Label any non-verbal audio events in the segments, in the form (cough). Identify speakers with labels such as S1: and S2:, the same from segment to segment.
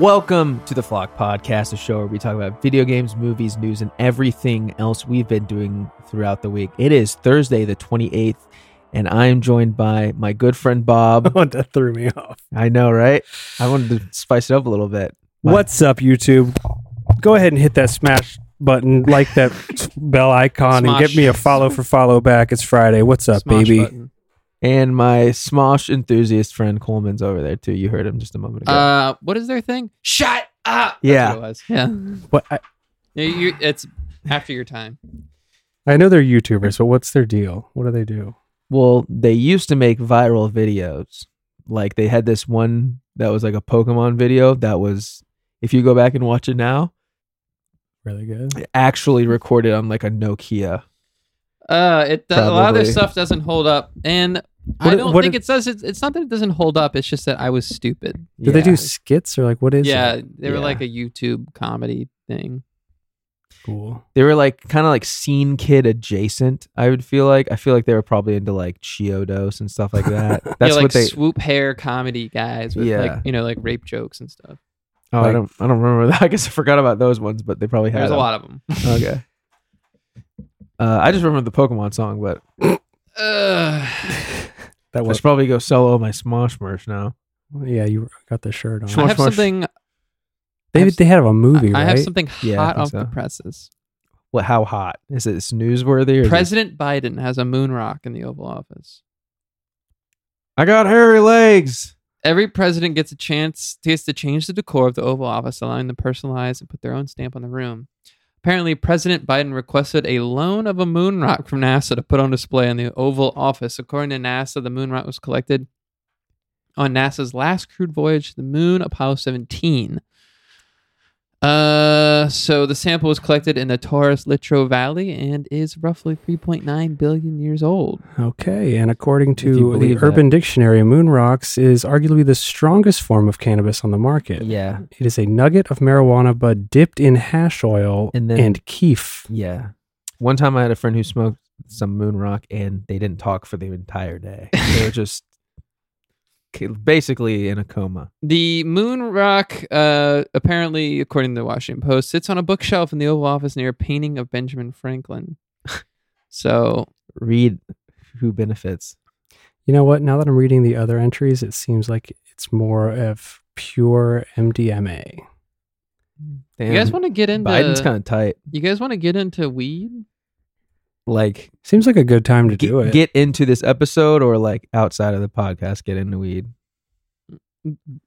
S1: Welcome to the Flock Podcast, a show where we talk about video games, movies, news, and everything else we've been doing throughout the week. It is Thursday, the 28th, and I'm joined by my good friend
S2: (laughs)
S1: Bob.
S2: that threw me off.
S1: I know, right? I wanted to spice it up a little bit. Wow.
S2: What's up, YouTube? Go ahead and hit that smash button, like
S3: (laughs)
S2: that bell icon, and
S3: Smosh.
S2: give me a follow for follow back. It's Friday. What's up,
S3: Smosh
S2: baby?
S3: button.
S1: And my Smosh enthusiast friend Coleman's over there, too. You heard him just a moment ago.
S3: Uh, what is their thing? Shut up. That's
S1: Yeah.
S3: what it was. Yeah.
S2: What I,
S3: Yeah, you- it's after your time.
S2: I know they're YouTubers, but what's their deal? What do they do?
S1: Well, they used to make viral videos. Like they had this one that was like a Pokemon video that was, if you go back and watch it now,
S2: Really good.
S1: actually recorded on like a Nokia.
S3: Uh, it that, a lot of their
S1: Probably.
S3: stuff doesn't hold up, and
S2: What-
S3: I don't
S2: what
S3: think
S2: did-
S3: it does. It's, it's not that it doesn't hold up. It's just that I was stupid.
S2: Do they
S1: Yeah.
S2: do skits or like what is
S3: yeah,
S2: it?
S3: they were
S1: Yeah.
S3: like a YouTube comedy thing.
S2: Cool.
S1: They were like kind of like scene kid adjacent. I would feel like I feel like they were probably into like Chiodos and stuff like that. That's
S3: (laughs) yeah, like
S1: what they.
S3: swoop hair comedy guys with
S1: Yeah.
S3: like you know like rape jokes and stuff.
S1: oh, I
S2: like-
S1: don't. I don't remember. that. (laughs) I guess I forgot about those ones, but they probably had
S3: There's a
S1: them.
S3: lot
S1: (laughs)
S3: of them.
S1: Okay. Uh, I just remember the Pokemon song, but
S3: Ugh.
S2: That
S1: I
S2: was
S1: should probably go sell all my Smosh merch now.
S2: yeah. You got the shirt on.
S3: I
S1: Smosh,
S3: have
S1: smosh.
S3: something. I
S2: They
S3: have-
S2: they have a movie,
S3: I
S2: right?
S3: have something hot
S1: Yeah, I think
S3: off
S1: so.
S3: the presses.
S1: What? How hot is it? Snoozeworthy? Or is it-
S3: President Biden has a moon rock in the Oval Office.
S1: I got hairy legs.
S3: Every president gets a chance gets to change the decor of the Oval Office, allowing them to personalize and put their own stamp on the room. Apparently, President Biden requested a loan of a moon rock from NASA to put on display in the Oval Office. According to NASA, the moon rock was collected on NASA's last crewed voyage to the moon, Apollo 17. Uh, so the sample was collected in the Taurus Littrow Valley and is roughly 3.9 billion years old.
S2: Okay, and according
S1: you
S2: to the
S1: believe that.
S2: Urban Dictionary, moon rocks is arguably the strongest form of cannabis on the market.
S1: Yeah,
S2: It is a nugget of marijuana, but dipped in hash oil
S1: And
S2: and,
S1: then-
S2: keef.
S1: yeah. One time I had a friend who smoked some moon rock, and they didn't talk for the entire day. They (laughs) were just k- basically in a coma.
S3: The moon rock, uh, apparently, according to the Washington Post, sits on a bookshelf in the Oval Office near a painting of
S1: (laughs)
S3: Benjamin Franklin. so,
S1: Read who benefits.
S2: You know what? Now that I'm reading the other entries, it seems like it's more of pure MDMA.
S1: Damn,
S3: you guys want to get into
S1: Biden's kind of tight.
S3: you guys want to get into weed?
S1: Like
S2: Seems like a good time to
S1: get,
S2: do it.
S1: get into this episode, or like outside of the podcast, get into weed.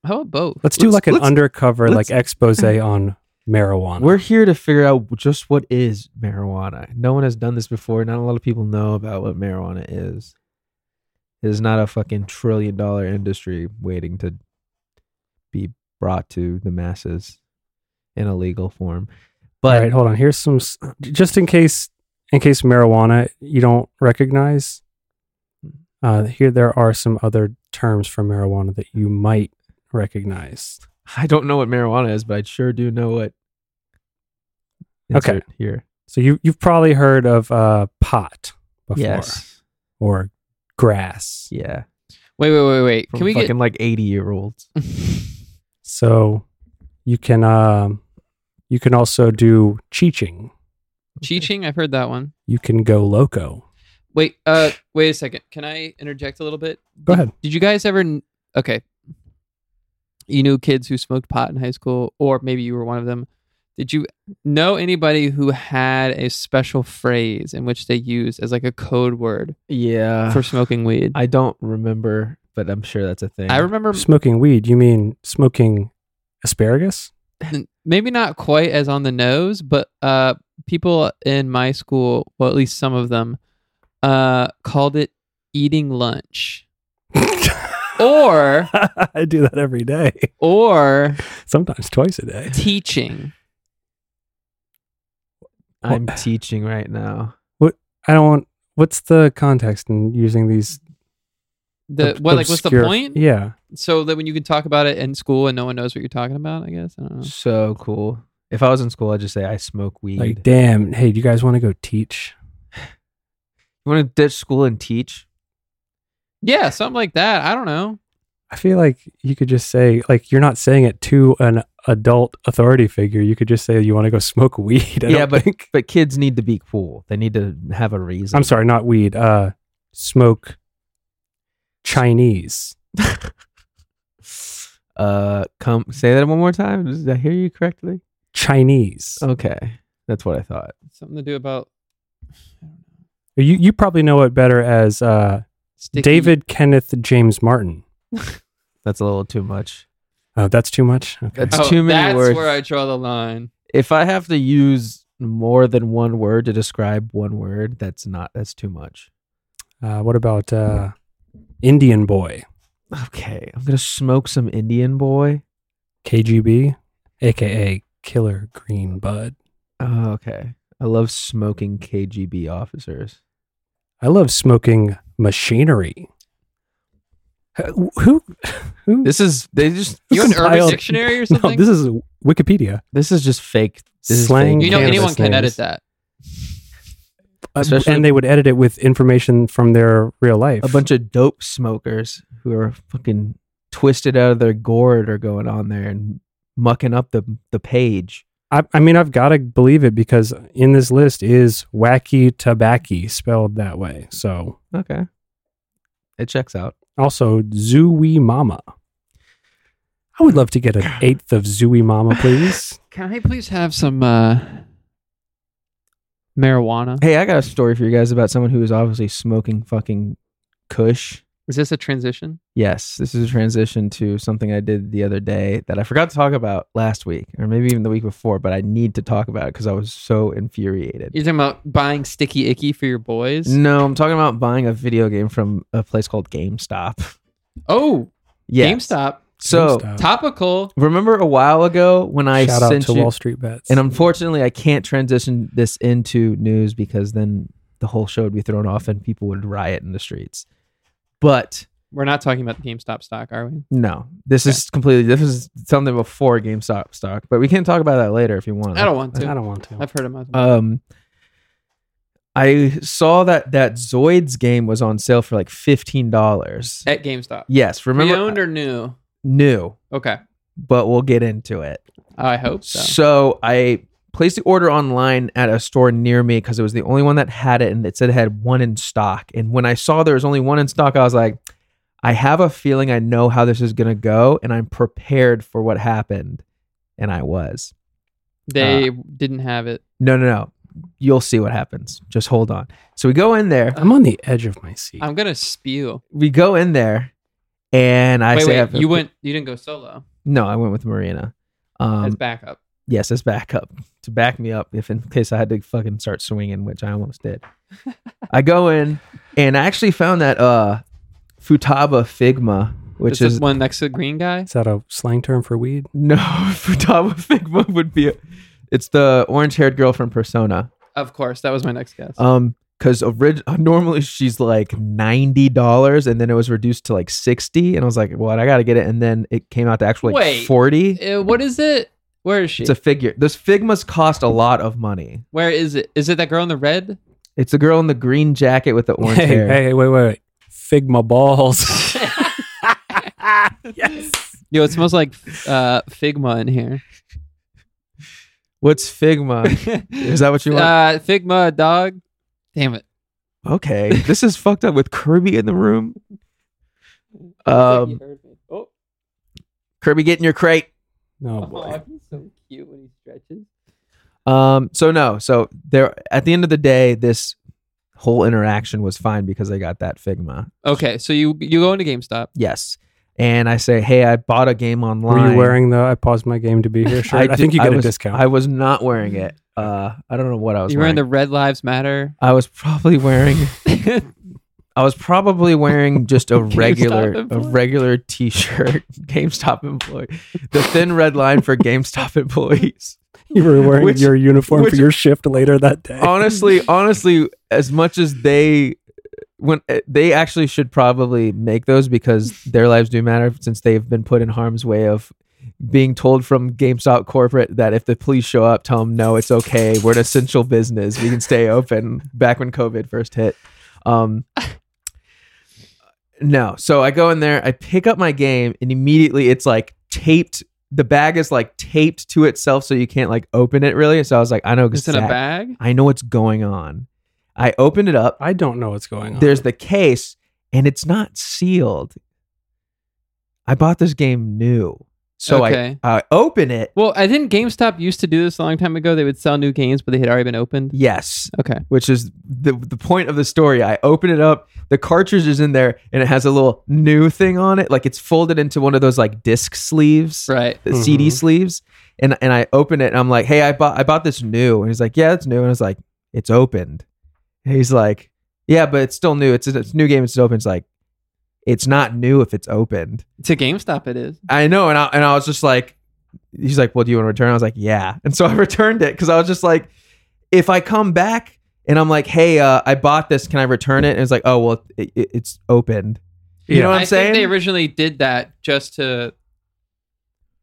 S3: How about both?
S2: let's do
S1: let's-
S2: like an
S1: let's-
S2: undercover
S1: let's- (clears throat)
S2: like expose on marijuana.
S1: We're here to figure out just what is marijuana. No one has done this before. Not a lot of people know about what marijuana is. It is not a fucking trillion dollar industry waiting to be brought to the masses in a legal form.
S2: All
S1: But
S2: right, hold on. Here's some s- just in case in case marijuana you don't recognize. Uh, here there are some other terms for marijuana that you might recognize.
S1: I don't know what marijuana is, but I sure do know what.
S2: Okay.
S1: Insert Here.
S2: So you you've probably heard of uh, pot before
S1: Yes.
S2: or grass.
S1: Yeah.
S3: Wait, wait, wait, wait.
S1: From
S3: Can we
S1: fucking
S3: (laughs) get?
S1: like 80 year olds.
S2: So you can um, you can also do cheeching.
S3: Cheeching, I've heard that one.
S2: You can go loco.
S3: Wait, uh, wait a second. Can I interject a little bit?
S2: Go ahead.
S3: Did you guys ever? kn- Okay, you knew kids who smoked pot in high school, or maybe you were one of them. Did you know anybody who had a special phrase in which they used as like a code word
S1: Yeah.
S3: for smoking weed? I,
S1: I don't remember, but I'm sure that's a thing.
S3: remember
S2: Smoking weed. You mean smoking asparagus? (laughs)
S3: n- maybe not quite as on the nose, but uh, people in my school, well, at least some of them, uh, called it eating lunch, or
S2: I do that every day.
S3: or
S2: Sometimes twice a day.
S3: teaching.
S1: I'm teaching right now.
S2: I don't want what's the context in using these
S3: The
S2: ob-
S3: what like what's the
S2: obscure-
S3: point?
S2: Yeah.
S3: so that when you can talk about it in school and no one knows what you're talking about, I guess. I don't know.
S1: So cool. If I was in school, I'd just say I smoke weed.
S2: Like damn, hey, do you guys want to go teach?
S1: you want to ditch school and teach?
S3: Yeah, something like that. I don't know.
S2: I feel like you could just say like you're not saying it to an adult authority figure, you could just say you want to go smoke (laughs) weed. I
S1: Yeah,
S2: don't
S1: but-
S2: think-
S1: But kids need to be cool. They need to have a reason.
S2: I'm sorry, not weed. Uh, smoke Chinese.
S1: Uh, come say that one more time. Did I hear you correctly?
S2: Chinese.
S1: Oh. Okay, that's what I thought.
S3: Something to do about
S2: You you probably know it better as uh,
S3: sticky.
S2: David Kenneth James Martin.
S1: That's a little too much.
S2: Oh, that's too much. Okay.
S1: That's- too many
S3: Oh, that's
S1: words.
S3: where I draw the line.
S1: If I have to use more than one word to describe one word, that's not that's too much.
S2: Uh, what about uh, Indian boy?
S1: Okay, I'm gonna smoke some Indian boy.
S2: KGB, aka Killer Green Bud.
S1: Oh, okay, I love smoking KGB officers.
S2: I love smoking machinery. Uh, Who? Who?
S1: This is they just
S2: (laughs)
S3: You an urban
S2: Compiled-
S3: dictionary or
S2: (laughs) no,
S3: something?
S2: this is Wikipedia.
S1: this is just fake. This is
S2: Slang.
S1: fake.
S3: you know
S2: Canvas
S3: anyone can
S2: names.
S3: edit that.
S2: Uh,
S1: Especially-
S2: and they would edit it with information from their real life.
S1: a bunch of dope smokers who are fucking twisted out of their gourd are going on there and mucking up the the page.
S2: I, I mean, I've got to believe it because in this list is wacky tabacky spelled that way. So
S1: Okay, it checks out.
S2: also Zooey Mama. I would love to
S1: (sighs)
S2: get an eighth of Zooey Mama, please.
S3: Can I please have some uh, marijuana?
S1: Hey, I got a story for you guys about someone who is obviously smoking fucking Kush.
S3: Is this a transition?
S1: Yes, this is a transition to something I did the other day that I forgot to talk about last week, or maybe even the week before, but I need to talk about it because I was so infuriated.
S3: You're talking about buying sticky icky for your boys?
S1: No, I'm talking about buying a video game from a place called GameStop.
S3: Oh,
S1: Yes.
S3: GameStop.
S1: So
S2: GameStop.
S3: Topical.
S1: remember a while ago when I
S2: Shout out
S1: sent
S2: to
S1: you,
S2: Wall Street Bets.
S1: and unfortunately I can't transition this into news because then the whole show would be thrown off and people would riot in the streets. But
S3: We're not talking about the GameStop stock, are we?
S1: no, this is completely this is something before GameStop stock, but we can talk about that later if you want.
S3: I don't want to.
S2: I don't want to.
S3: I've heard about it.
S1: Um, I saw that that Zoids game was on sale for like fifteen dollars.
S3: at GameStop.
S1: Yes, remember uh,
S3: Pre-owned or new?
S1: new,
S3: Okay.
S1: but we'll get into it.
S3: I hope so.
S1: So I placed the order online at a store near me because it was the only one that had it and it said it had one in stock. And when I saw there was only one in stock, I was like, I have a feeling I know how this is going to go and I'm prepared for what happened. And I was.
S3: They
S1: uh,
S3: didn't have it.
S1: No, no, no. You'll see what happens. Just hold on. So we go in there.
S2: I'm on the edge of my seat.
S3: I'm gonna spew.
S1: We go in there and I
S3: wait,
S1: say,
S3: wait. You went. You didn't go solo
S1: No, I went with Marina.
S3: as
S1: Um,
S3: backup.
S1: yes, as backup to back me up if in case I had to fucking start swinging, which I almost did. I go in and I actually found that uh Futaba Figma, which
S3: This
S1: is
S3: one next to the green guy.
S2: is that a slang term for weed?
S1: (laughs) no Futaba Figma would be it's the orange-haired girl from Persona.
S3: Of course, that was my next guess.
S1: Um because orig- normally she's like ninety dollars, and then it was reduced to like sixty, and I was like, "What? I gotta get it." And then it came out to actually like
S3: Wait.
S1: forty.
S3: Uh, what is it? Where is she?
S1: It's a figure. Those Figmas cost a lot of money.
S3: Where is it? Is it that girl in the red?
S1: It's a girl in the green jacket with the orange
S2: hey,
S1: hair.
S2: hey, wait, wait, wait. Figma
S3: (laughs)
S2: balls. yes.
S3: Yo, it smells like uh, Figma in here.
S1: What's Figma? (laughs) Is that what you (laughs) want?
S3: Uh, Figma dog. Damn it.
S1: okay, this is fucked up with Kirby in the room. Um,
S3: oh,
S1: Kirby, get in your crate. oh,
S2: No boy.
S3: (laughs) he's so cute when he stretches.
S1: Um, so no, so there. At the end of the day, this whole interaction was fine because I got that Figma.
S3: Okay, so you you go into GameStop.
S1: Yes, and I say, hey, I bought a game online.
S2: Were you wearing the I paused my game to be here shirt? I,
S1: do-
S2: think you get a
S1: was-
S2: discount.
S1: I was not wearing it. Uh, I don't know what I was
S3: You were
S1: wearing.
S3: in the Red Lives Matter. (laughs)
S1: I was probably wearing.
S3: That's
S1: I was probably
S3: (laughs)
S1: wearing just a
S3: GameStop
S1: regular a
S3: employee.
S1: regular t-shirt (laughs) GameStop employee. The thin red line for GameStop employees.
S2: You were wearing
S1: Which-
S2: your uniform
S1: which- Oh.
S2: for your shift later that day.
S1: Honestly, honestly, as much as they when eh, they actually should probably make those because their lives do matter since they've been put in harm's way of being told from GameStop corporate that if the police show up, tell them no, it's okay. We're an essential business. We can stay open. Back when COVID first hit. Um, no. So I go in there, I pick up my game, and immediately it's like taped the bag is like taped to itself so you can't like open it really. So I was like, I know
S3: It's in a
S1: exact-
S3: bag.
S1: I know what's going on. I opened it up.
S2: I don't know what's going on.
S1: There's the case, and it's not sealed. I bought this game new, so
S3: Okay.
S1: I I open it.
S3: Well, I think GameStop used to do this a long time ago. They would sell new games, but they had already been opened.
S1: Yes,
S3: Okay.
S1: which is the the point of the story. I open it up, the cartridge is in there, and it has a little new thing on it, like it's folded into one of those like disc sleeves,
S3: Right.
S1: the CD
S2: Mhm.
S1: sleeves. And and I open it, and I'm like, "Hey, I bought I bought this new," and he's like, "Yeah, it's new," and I was like, "It's opened." And he's like, "Yeah, but it's still new. It's a, it's a new game. It's open." It's like, it's not new if it's opened.
S3: To GameStop, it is.
S1: I know, and I and I was just like, he's like, "Well, do you want to return?" I was like, "Yeah," and so (laughs) I returned it because I was just like, if I come back and I'm like, "Hey, uh, I bought this. Can I return it?" And it's like, "Oh, well, it, it, it's opened." You
S2: Yeah.
S1: know what I'm
S3: I
S1: saying?
S3: think they originally did that just to.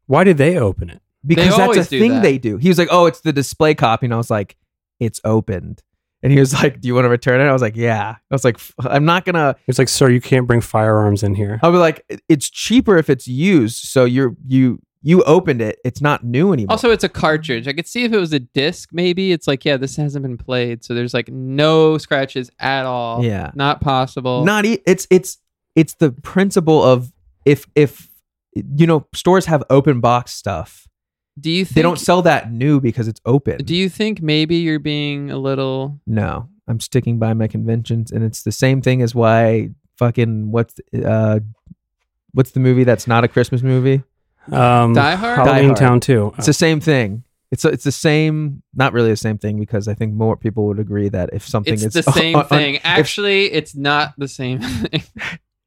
S2: Why did they open it?
S1: because that's a
S3: always do
S1: thing
S3: that.
S1: they do. He was like, "Oh, it's the display copy," and I was like, "It's opened." And he was (laughs) like, "Do you want to return it?" I was like, "Yeah." I was like, "F- "I'm not gonna."
S2: It's like, sir, you can't bring firearms in here.
S1: I'll be like, "It- "It's cheaper if it's used." So you're you you opened it. It's not new anymore.
S3: Also, it's a cartridge. I could see if it was a disc, maybe. It's like, yeah, this hasn't been played. So there's like no scratches at all.
S1: yeah,
S3: Not possible.
S1: not e- it's it's it's the principle of if if you know stores have open box stuff,
S3: do you think.
S1: they don't sell that new because it's open.
S3: Do you think maybe you're being a little.
S1: No, I'm sticking by my conventions, and it's the same thing as why fucking what's uh what's the movie that's not a Christmas movie?
S2: Um,
S3: Die Hard?
S1: Uh, Die
S2: Halloween
S1: Hard.
S2: Town too.
S3: Oh.
S1: It's the same thing. It's it's the same, not really the same thing because I think more people would agree that if something
S3: It's
S1: is
S3: the
S1: (laughs)
S3: same
S1: un- un-
S3: thing. Actually, it's not the same (laughs) thing.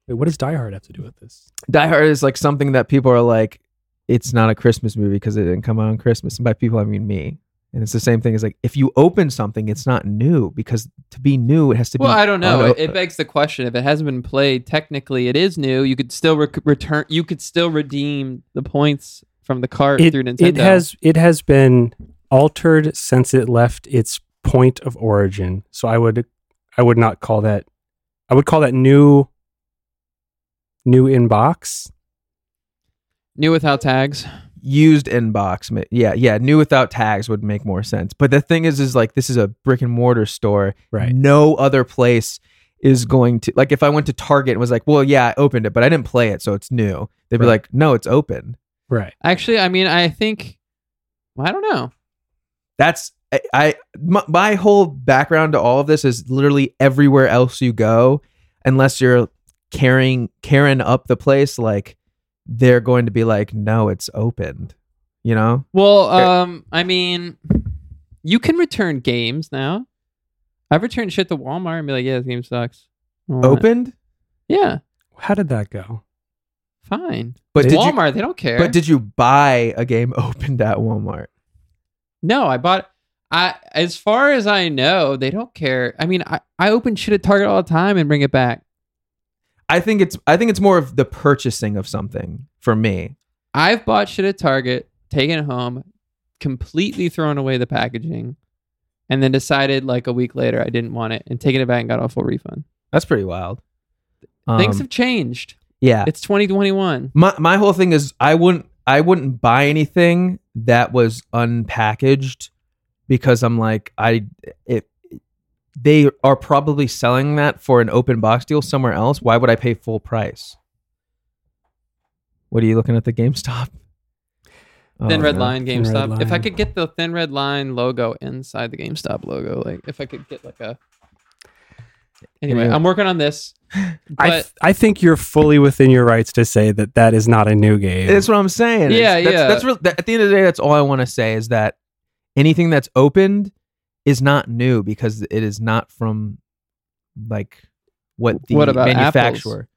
S2: Wait, what does Die Hard have to do with this?
S1: Die Hard is like something that people are like, it's not a Christmas movie because it didn't come out on Christmas. And by people, I mean me. And it's the same thing as like if you open something, it's not new because to be new, it has to be.
S3: Well, I don't know.
S1: uno-
S3: It, it begs the question: if it hasn't been played, technically it is new. You could still rec- return. You could still redeem the points from the cart
S2: It,
S3: through Nintendo.
S2: it has it has been altered since it left its point of origin. So I would I would not call that I would call that new new inbox.
S3: new without tags.
S1: used inbox. ma- Yeah, yeah. New without tags would make more sense. But the thing is, is like this is a brick and mortar store.
S2: Right.
S1: No other place is going to like if I went to Target and was like, well, yeah, I opened it, but I didn't play it, so it's new. They'd be
S2: Right.
S1: like, no, it's open.
S2: Right.
S3: Actually, I mean, I think. Well, I don't know.
S1: That's I, I my, my whole background to all of this is literally everywhere else you go, unless you're carrying Karen up the place, like they're going to be like, no, it's opened. You know,
S3: Well, um, I mean, you can return games now. I've returned shit to Walmart and be like, "Yeah, this game sucks." I don't want it.
S1: opened.
S3: Yeah,
S2: How did that go?
S3: fine.
S1: But did you,
S3: Walmart, they don't care.
S1: But did you buy a game (laughs) opened at Walmart?
S3: No, I bought. I as far as I know, they don't care. I mean, I, I open shit at Target all the time and bring it back.
S1: I think it's I think it's more of the purchasing of something for me.
S3: I've bought shit at Target, taken it home, completely thrown away the packaging, and then decided like a week later I didn't want it and taken it back and got a full refund.
S1: That's pretty wild. Um,
S3: Things have changed.
S1: yeah.
S3: It's 2021.
S1: My my whole thing is I wouldn't I wouldn't buy anything that was unpackaged because I'm like I it they are probably selling that for an open box deal somewhere else. Why would I pay full price? What are you looking at the GameStop? Oh,
S3: thin Red
S1: no.
S3: Line
S2: Thin Red
S3: GameStop. If I
S2: Line.
S3: could get the Thin Red Line logo inside the GameStop logo, like if I could get like a. Anyway,
S1: Anyway.
S3: I'm working on this.
S2: (laughs) I
S3: But-
S2: th- I think you're fully within your rights to say that that is not a new game.
S1: That's what I'm saying. It's-
S3: Yeah,
S1: that's,
S3: yeah.
S1: That's real that, at the end of the day, that's all I want to say is that anything that's opened is not new because it is not from like what the
S3: What about
S1: manufacturer.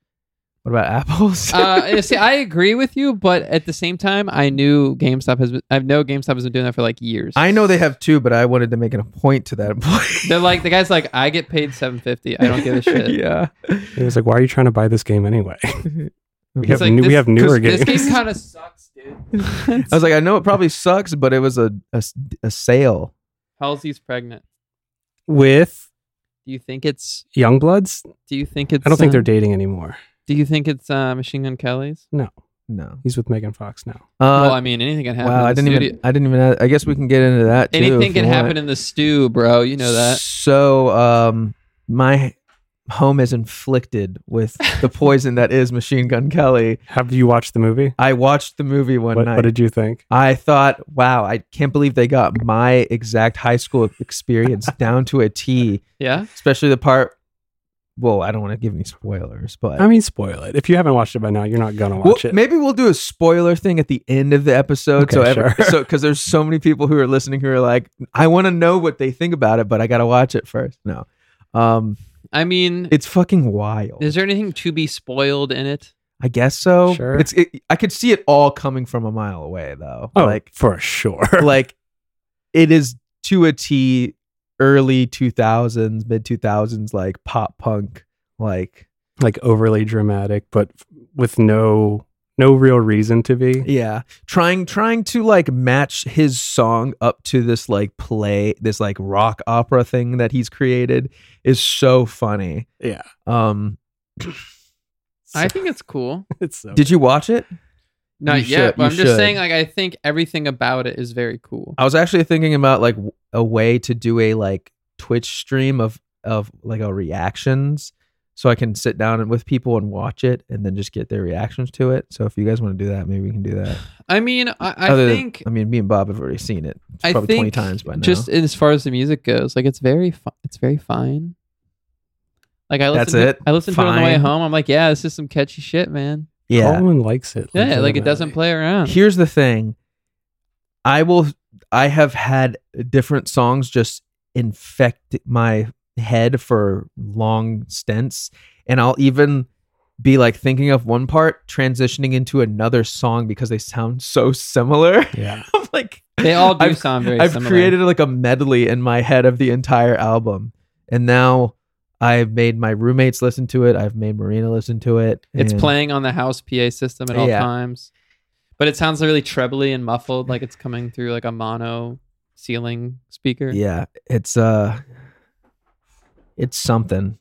S1: What about apples?
S3: (laughs) uh, yeah, see, I agree with you, but at the same time, I knew GameStop has. Been, I know GameStop has been doing that for like years.
S1: (laughs) I know they have two, but I wanted to make it a point to that employee.
S3: They're like the guy's like, I get paid seven fifty. I
S1: (laughs)
S3: don't give a shit.
S1: yeah.
S2: It was like, why are you trying to buy this game anyway? we, (laughs)
S1: It's
S2: have
S3: like,
S2: new, (laughs) we
S3: this-
S2: have newer
S3: (laughs) This
S2: games. (laughs)
S3: game kind of sucks,
S1: (laughs)
S3: dude.
S1: I was like, I know it probably sucks, but it was a a, s- a sale.
S3: Halsey's pregnant.
S2: With
S3: Do you think it's?
S2: Youngbloods,
S3: Do you think it's?
S2: I don't think
S3: um,
S2: they're dating anymore.
S3: Do you think it's uh, Machine Gun Kelly's?
S2: No.
S1: No.
S2: He's with Megan Fox now.
S3: well, I
S1: Uh,
S3: mean, anything can happen.
S1: wow, I
S3: in the
S1: didn't
S3: studio.
S1: even. I didn't even. I guess we can get into that. too,
S3: anything
S1: if
S3: can
S1: you want.
S3: happen in the stew, bro. You know that.
S1: So, um, my home is inflicted with
S2: (laughs)
S1: the poison that is Machine Gun Kelly.
S2: Have you watched the movie?
S1: I watched the movie one
S2: What,
S1: night.
S2: what did you think?
S1: I thought, wow, I can't believe they got my exact high school
S2: (laughs)
S1: experience down to a T,
S3: Yeah.
S1: especially the part. Well, I don't want to give any spoilers, but
S2: I mean, spoil it. If you haven't watched it by now, you're not gonna
S1: Well,
S2: watch it.
S1: maybe we'll do a spoiler thing at the end of the episode. so,
S2: Okay,
S1: ever,
S2: sure.
S1: so because there's so many people who are listening who are like, I want to know what they think about it, but I gotta watch it first. No, um,
S3: I mean,
S1: it's fucking wild.
S3: is there anything to be spoiled in it?
S1: I guess so.
S2: Sure.
S1: It's it, I could see it all coming from a mile away though.
S2: oh,
S1: Like
S2: for sure.
S1: (laughs) like it is to a T early 2000s, mid 2000s like pop punk like
S2: like overly dramatic, but f- with no no real reason to be.
S1: yeah, trying trying to like match his song up to this like play, this like rock opera thing that he's created is so funny.
S2: Yeah,
S1: Um
S3: I think it's cool.
S2: (laughs)
S1: (laughs)
S2: it's so
S1: did you watch it?
S3: Not
S1: You
S3: yet,
S1: should-
S3: but
S1: you
S3: I'm just
S1: should. Oh.
S3: saying, like, I think everything about it is very cool.
S1: I was actually thinking about like w- a way to do a like Twitch stream of of like a reactions, so I can sit down and with people and watch it, and then just get their reactions to it. So if you guys want to do that, maybe we can do that.
S3: I mean, I, I
S1: Other than-
S3: think
S1: I mean, me and Bob have already seen it
S3: I
S1: probably
S3: think
S1: twenty times by now.
S3: just as far as the music goes, like it's very, fi- it's very fine. Like I
S1: That's
S3: listened
S1: it?
S3: to, I listened to it on the way
S1: Fine.
S3: home. I'm like, yeah, this is some catchy shit, man.
S1: yeah,
S2: Colin likes it.
S3: Yeah, like it doesn't
S2: legitimately.
S3: play
S1: (laughs)
S3: around.
S1: Here's the thing. I will I have had different songs just infect my head for long stints and I'll even be like thinking of one part transitioning into another song because they sound so similar. (laughs)
S2: Yeah,
S1: I'm like
S3: they all do
S1: I've-
S3: sound very
S1: I've
S3: similar.
S1: created like a medley in my head of the entire album. And now I've made my roommates listen to it. I've made Marina listen to it.
S3: It's
S1: and-
S3: playing on the house PA system at all
S1: Yeah.
S3: times, but it sounds really trebly and muffled, like it's coming through like a mono ceiling speaker.
S1: yeah it's uh it's something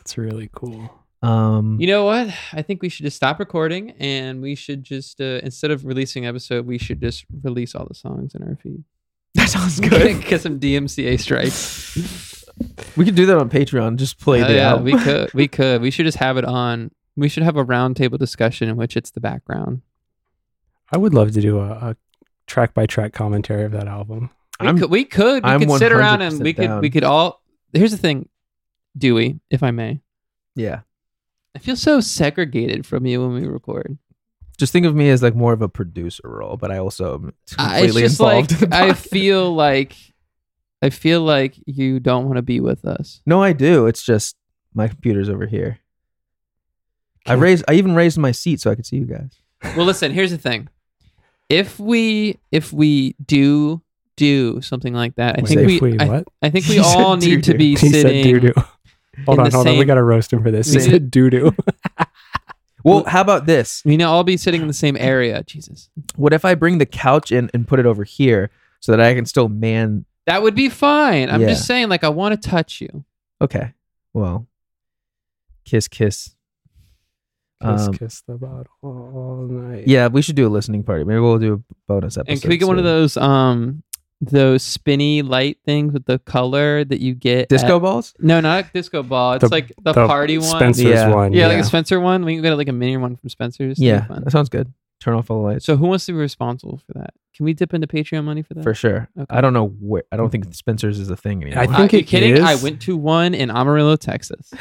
S2: it's really cool.
S1: um
S3: You know what? I think we should just stop recording and we should just uh, instead of releasing an episode, we should just release all the songs in our feed. (laughs)
S1: that sounds (laughs) good
S3: Get some DMCA strikes.
S1: we could do that on patreon just play
S3: Oh,
S1: the
S3: yeah,
S1: album
S3: we could. We could. We should just have it on. We should have a roundtable discussion in which it's the background.
S2: I would love to do a, a track by track commentary of that album.
S3: We
S1: I'm-
S3: could. We could. We
S1: I'm
S3: could sit around and
S1: 100%
S3: we could. We
S1: down.
S3: could all. Here's the thing, Dewey, if I may.
S1: (laughs) yeah
S3: I feel so segregated from you when we record.
S1: just think of me as like more of a producer role but i also am
S3: I, it's
S1: completely
S3: just
S1: involved in
S3: like
S1: the
S3: I
S1: podcast.
S3: feel like I feel like you don't want to be with us.
S1: (laughs) no i do it's just my computer's over here i raised i even raised my seat so i could see you guys
S3: Well, listen. Here's the thing. If we if we do do something like that, I
S1: Wait,
S3: think
S1: if
S3: we, I,
S2: what?
S3: I think we
S1: He said
S3: all need to
S1: doo-doo.
S2: (laughs)
S3: be
S2: He
S3: sitting.
S2: said doo doo. (laughs) Hold
S3: in
S2: on,
S3: the
S2: hold on. We
S3: same-
S2: gotta roast him for this. He
S3: Same-
S2: said doo
S3: (laughs)
S2: doo.
S1: well how about this
S3: We know all be sitting in the same area. Jesus,
S1: what if i bring the couch in and put it over here so that i can still man
S3: that would be fine. I'm
S1: Yeah.
S3: just saying, like, I want to touch you.
S1: okay well kiss kiss
S2: Kiss,
S1: Um,
S2: kiss the bottle all night.
S1: Yeah, we should do a listening party. Maybe we'll do a bonus episode.
S3: And can we get one
S1: soon.
S3: of those um those spinny light things with the color that you get?
S1: disco
S3: at-
S1: balls?
S3: no, not disco ball. It's
S2: The-
S3: like the, party one.
S2: Oh, Spencer's
S1: Yeah.
S2: one.
S3: Yeah, like a Spencer one. We can get like a mini one from Spencer's. That'd be
S1: Yeah,
S3: fun.
S1: that sounds good. Turn off all the lights
S3: So who wants to be responsible for that? Can we dip into Patreon money for that?
S1: for sure.
S3: Okay.
S1: I don't know where. I don't think Spencer's is a thing anymore.
S2: I
S3: I
S2: think
S3: think you
S2: it
S3: kidding. I
S2: is. Oh,
S3: went to one in Amarillo, Texas.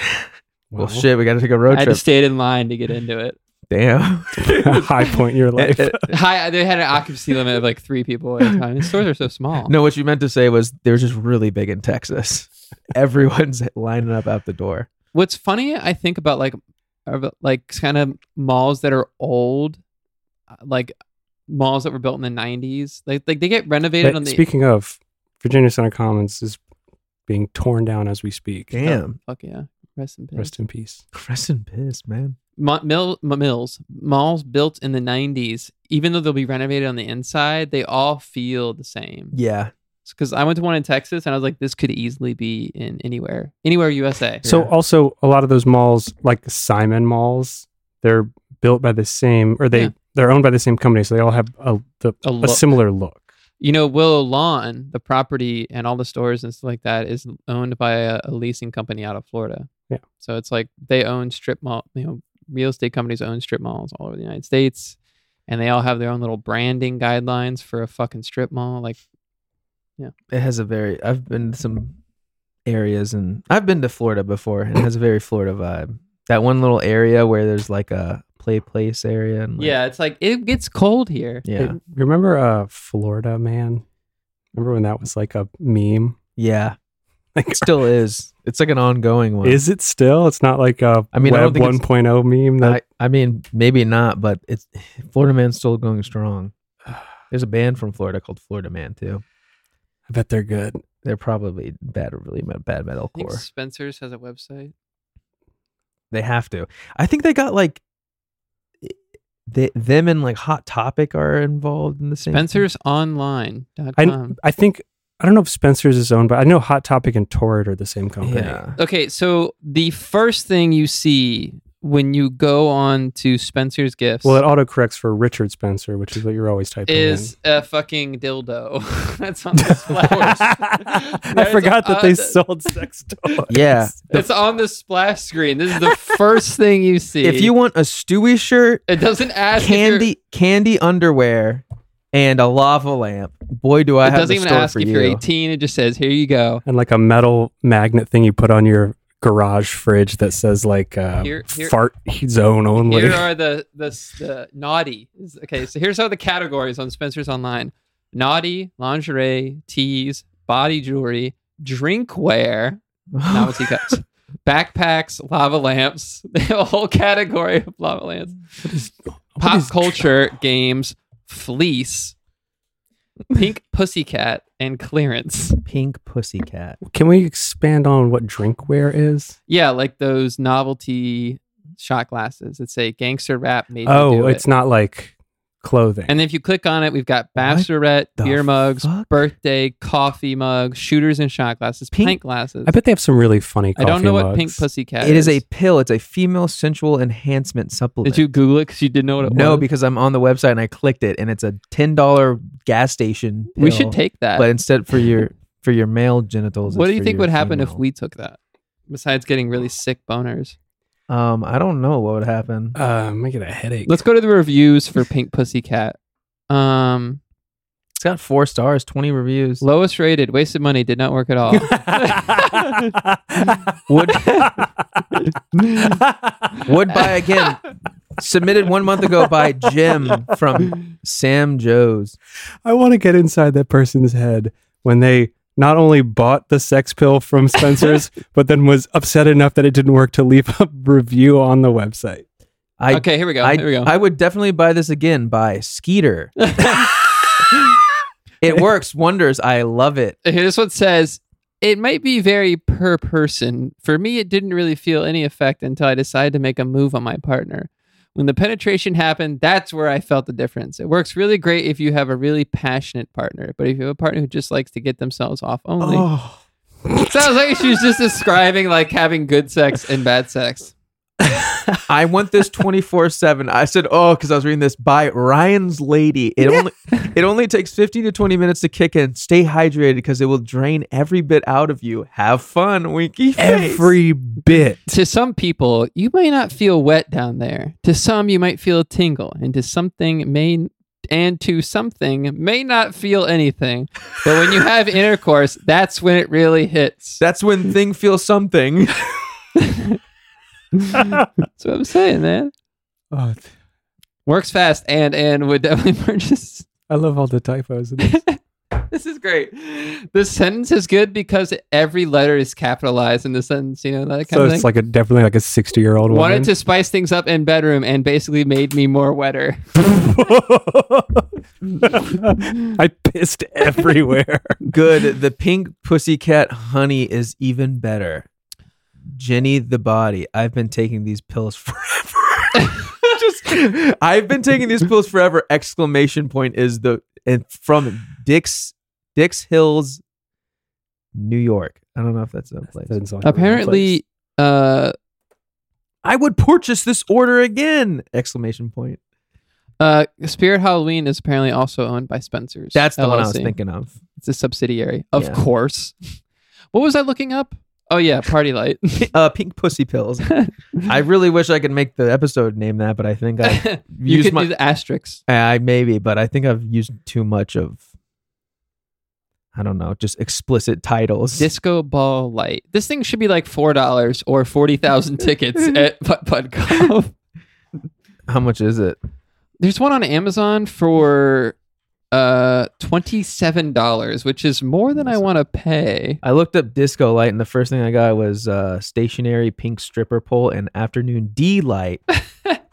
S1: well,
S3: (laughs)
S1: shit, we got to take a road
S3: I
S1: trip.
S3: just stayed in line to get into it.
S1: (laughs) Damn.
S2: (laughs) high
S1: (laughs)
S2: point in your (laughs) life.
S3: Hi, they had an occupancy limit of like three people at a time. The stores are so small.
S1: no, what you meant to say was they're just really big in Texas. (laughs) Everyone's lining up out the door.
S3: What's funny, I think about like, of, like kind of malls that are old, uh, like malls that were built in the '90s. Like, like they get renovated
S2: But
S3: on the
S2: speaking of, Virginia Center Commons is being torn down as we speak.
S3: (laughs)
S1: Damn.
S3: Fuck yeah, rest in peace.
S2: Rest in peace.
S1: Rest in piss, man.
S3: Ma- mill, ma- mills malls built in the 90s even though they'll be renovated on the inside they all feel the same
S1: Yeah.
S3: because i went to one in texas and i was like this could easily be in anywhere anywhere usa
S2: So
S1: Yeah.
S2: also a lot of those malls, like Simon malls, they're built by the same, or they
S3: Yeah.
S2: they're owned by the same company, so they all have a the,
S3: A
S2: a,
S3: look.
S2: similar look.
S3: You know, Willow Lawn, the property and all the stores and stuff like that, is owned by a, a leasing company out of Florida.
S2: Yeah.
S3: So it's like they own strip mall. You know, real estate companies own strip malls all over the United States, and they all have their own little branding guidelines for a fucking strip mall. Like,
S1: It has a very. I've been to some areas, and I've been to Florida before, and it has a very Florida vibe. That one little area where there's like a play place area, and like,
S3: yeah, it's like it gets cold here.
S1: yeah,
S2: Hey, remember uh, Florida Man? Remember when that was like a meme? (laughs)
S1: yeah.
S2: Like,
S1: It still is. It's like an ongoing one.
S2: is it still? It's not like a
S1: I mean, I don't
S2: Web
S1: think it's-
S2: 1.0 meme. That
S1: I, I mean, maybe not, but it's (sighs) Florida Man's still going strong. (sighs) There's a band from Florida called Florida Man too.
S2: I bet they're good.
S1: They're probably bad, really bad metal
S3: I think
S1: core.
S3: Spencer's has a website.
S1: They have to. I think they got like they, them and like Hot Topic are involved in the same.
S3: Spencer'sOnline.com.
S1: Um.
S2: I think I don't know if Spencer's is owned, but I know Hot Topic and Torrid are the same company.
S1: Yeah.
S3: Okay, so the first thing you see when you go on to Spencer's Gifts
S2: Well, it autocorrects for Richard Spencer, which is what you're always typing
S3: is
S2: in.
S3: a fucking dildo. (laughs) That's
S2: (laughs)
S3: on
S1: (laughs)
S3: the splash.
S2: I forgot that they
S3: sold.
S2: sold
S3: (laughs)
S2: sex toys.
S1: Yeah.
S3: It's on uh, the splash screen. This is
S1: (laughs)
S3: the first thing you see.
S1: If you want a Stewie shirt,
S3: it doesn't ask if you're-
S1: candy candy underwear, and a lava lamp, boy do I
S3: it
S1: have
S3: doesn't
S1: the
S3: even
S1: store
S3: ask
S1: for
S3: if
S1: you.
S3: you're
S1: (gasps)
S3: 18. It just says, "Here you go."
S2: and like a metal magnet thing you put on your garage fridge that says like uh,
S3: Here- here-
S2: fart zone
S1: (laughs)
S2: only.
S3: Here are the the, the naughty. Okay, so here's how the categories on Spencer's Online: naughty, lingerie, teas, body jewelry, drinkware, novelty cups, backpacks, lava lamps. (laughs) They have a whole category of lava lamps. Pop
S2: is-
S3: culture games, fleece, pink pussycat, and clearance.
S1: Pink pussycat.
S2: Can we expand on what drinkware is?
S3: Yeah, like those novelty shot glasses that say gangster rap made. me do
S2: Oh,
S3: it.
S2: it's not like clothing.
S3: And if you click on it, we've got
S1: What
S3: bachelorette,
S1: the
S3: beer mugs,
S1: fuck?
S3: birthday, coffee mugs, shooters and shot glasses, pink,
S1: Pink-
S3: glasses.
S2: I bet they have some really funny.
S3: I don't
S2: coffee
S3: know what
S2: mugs.
S3: pink pussycat
S1: It is a pill. It's a female sensual enhancement supplement.
S3: Did you Google it because you didn't know what it
S1: no,
S3: was?
S1: because I'm on the website and I clicked it, and it's a ten dollar gas station.
S3: we
S1: pill,
S3: should take that.
S1: but instead for your for your male genitals.
S3: what
S1: it's
S3: do you
S1: for
S3: think
S1: your
S3: would happen if
S1: female.
S3: we took that? Besides getting really sick boners,
S1: Um, I don't know what would happen.
S2: Uh, I might get a headache. (laughs)
S3: let's go to the reviews for Pink Pussycat. Um,
S1: It's got four stars, twenty reviews.
S3: lowest rated, wasted money, did not work
S2: (laughs)
S3: at all.
S1: Would
S2: (laughs)
S3: (laughs)
S1: would buy again. Submitted one month ago by Jim from Sam Joe's.
S2: I want to get inside that person's head when they not only bought the sex pill from
S3: (laughs)
S2: Spencer's, but then was upset enough that it didn't work to leave a review on the website.
S1: I
S3: okay, here we go.
S1: I,
S3: here we go.
S1: I would definitely buy this again by
S3: (laughs)
S1: Skeeter. it works wonders. I love it.
S3: Okay, Uh, this one says it might be very per person. For me, it didn't really feel any effect until I decided to make a move on my partner. When the penetration happened, that's where I felt the difference. It works really great if you have a really passionate partner, but if you have a partner who just likes to get themselves off only,
S2: Oh,
S3: sounds like she was just describing like having good sex and bad sex.
S1: I want this 24 7. I said, oh, because I was reading this by Ryan's Lady. It only it only takes 15 to 20 minutes to kick in. Stay hydrated because it will drain every bit out of you. Have fun, winky face.
S2: every bit.
S3: To some people, you may not feel wet down there. To some, you might feel a tingle, and to something may and to something may not feel anything. But when you have intercourse, that's when it really hits.
S1: That's when thing feels something.
S3: That's what I'm saying, man.
S2: Oh,
S3: Works fast, and and would definitely (laughs) purchase.
S2: I love all the typos.
S3: (laughs)
S2: In this.
S3: This is great. This sentence is good because every letter is capitalized in the sentence. You know that kind
S2: so
S3: of thing.
S2: it's like a definitely like a sixty year old woman.
S3: Wanted to spice things up in bedroom, and basically made me more wetter.
S2: (laughs) I pissed
S3: (laughs)
S2: everywhere.
S1: Good. The pink pussycat honey is even better. Jenny the body. I've been taking these pills (laughs) forever. (laughs) Just I've been taking these pills forever. Exclamation point is the and from Dix Dix Hills, New York. I don't know if that's a place.
S2: Doesn't sound like a real
S3: Apparently, uh,
S1: I would purchase this order again! Exclamation point.
S3: Uh, Spirit Halloween is apparently also owned by Spencer's.
S1: That's the one I was
S3: LLC.
S1: thinking of.
S3: It's a subsidiary, of
S1: Yeah.
S3: course. (laughs) What was I looking up? Oh yeah, Party Light. (laughs)
S1: Uh, pink pussy pills. I really wish I could make the episode name that, but I think (laughs) I
S3: (laughs) you
S1: used
S3: could
S1: my.
S3: do the asterisks.
S1: I Uh, maybe, but I think I've used too much of. I don't know, just explicit titles.
S3: Disco Ball Light. This thing should be like four dollars or
S1: (laughs)
S3: forty thousand tickets at PuttPuttCon.
S1: How much is it?
S3: There's one on Amazon for uh twenty seven dollars, which is more than I want to pay.
S1: I looked up disco light, and the first thing I got was uh, stationary pink stripper pole and afternoon D (laughs) light.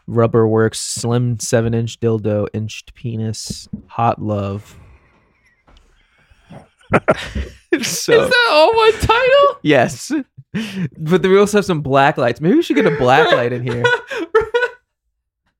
S1: Rubber works, slim seven inch dildo, inched penis, hot (laughs) love. so
S3: Is that all one title?
S1: yes, but then we also have some black lights. Maybe we should get a black light in here.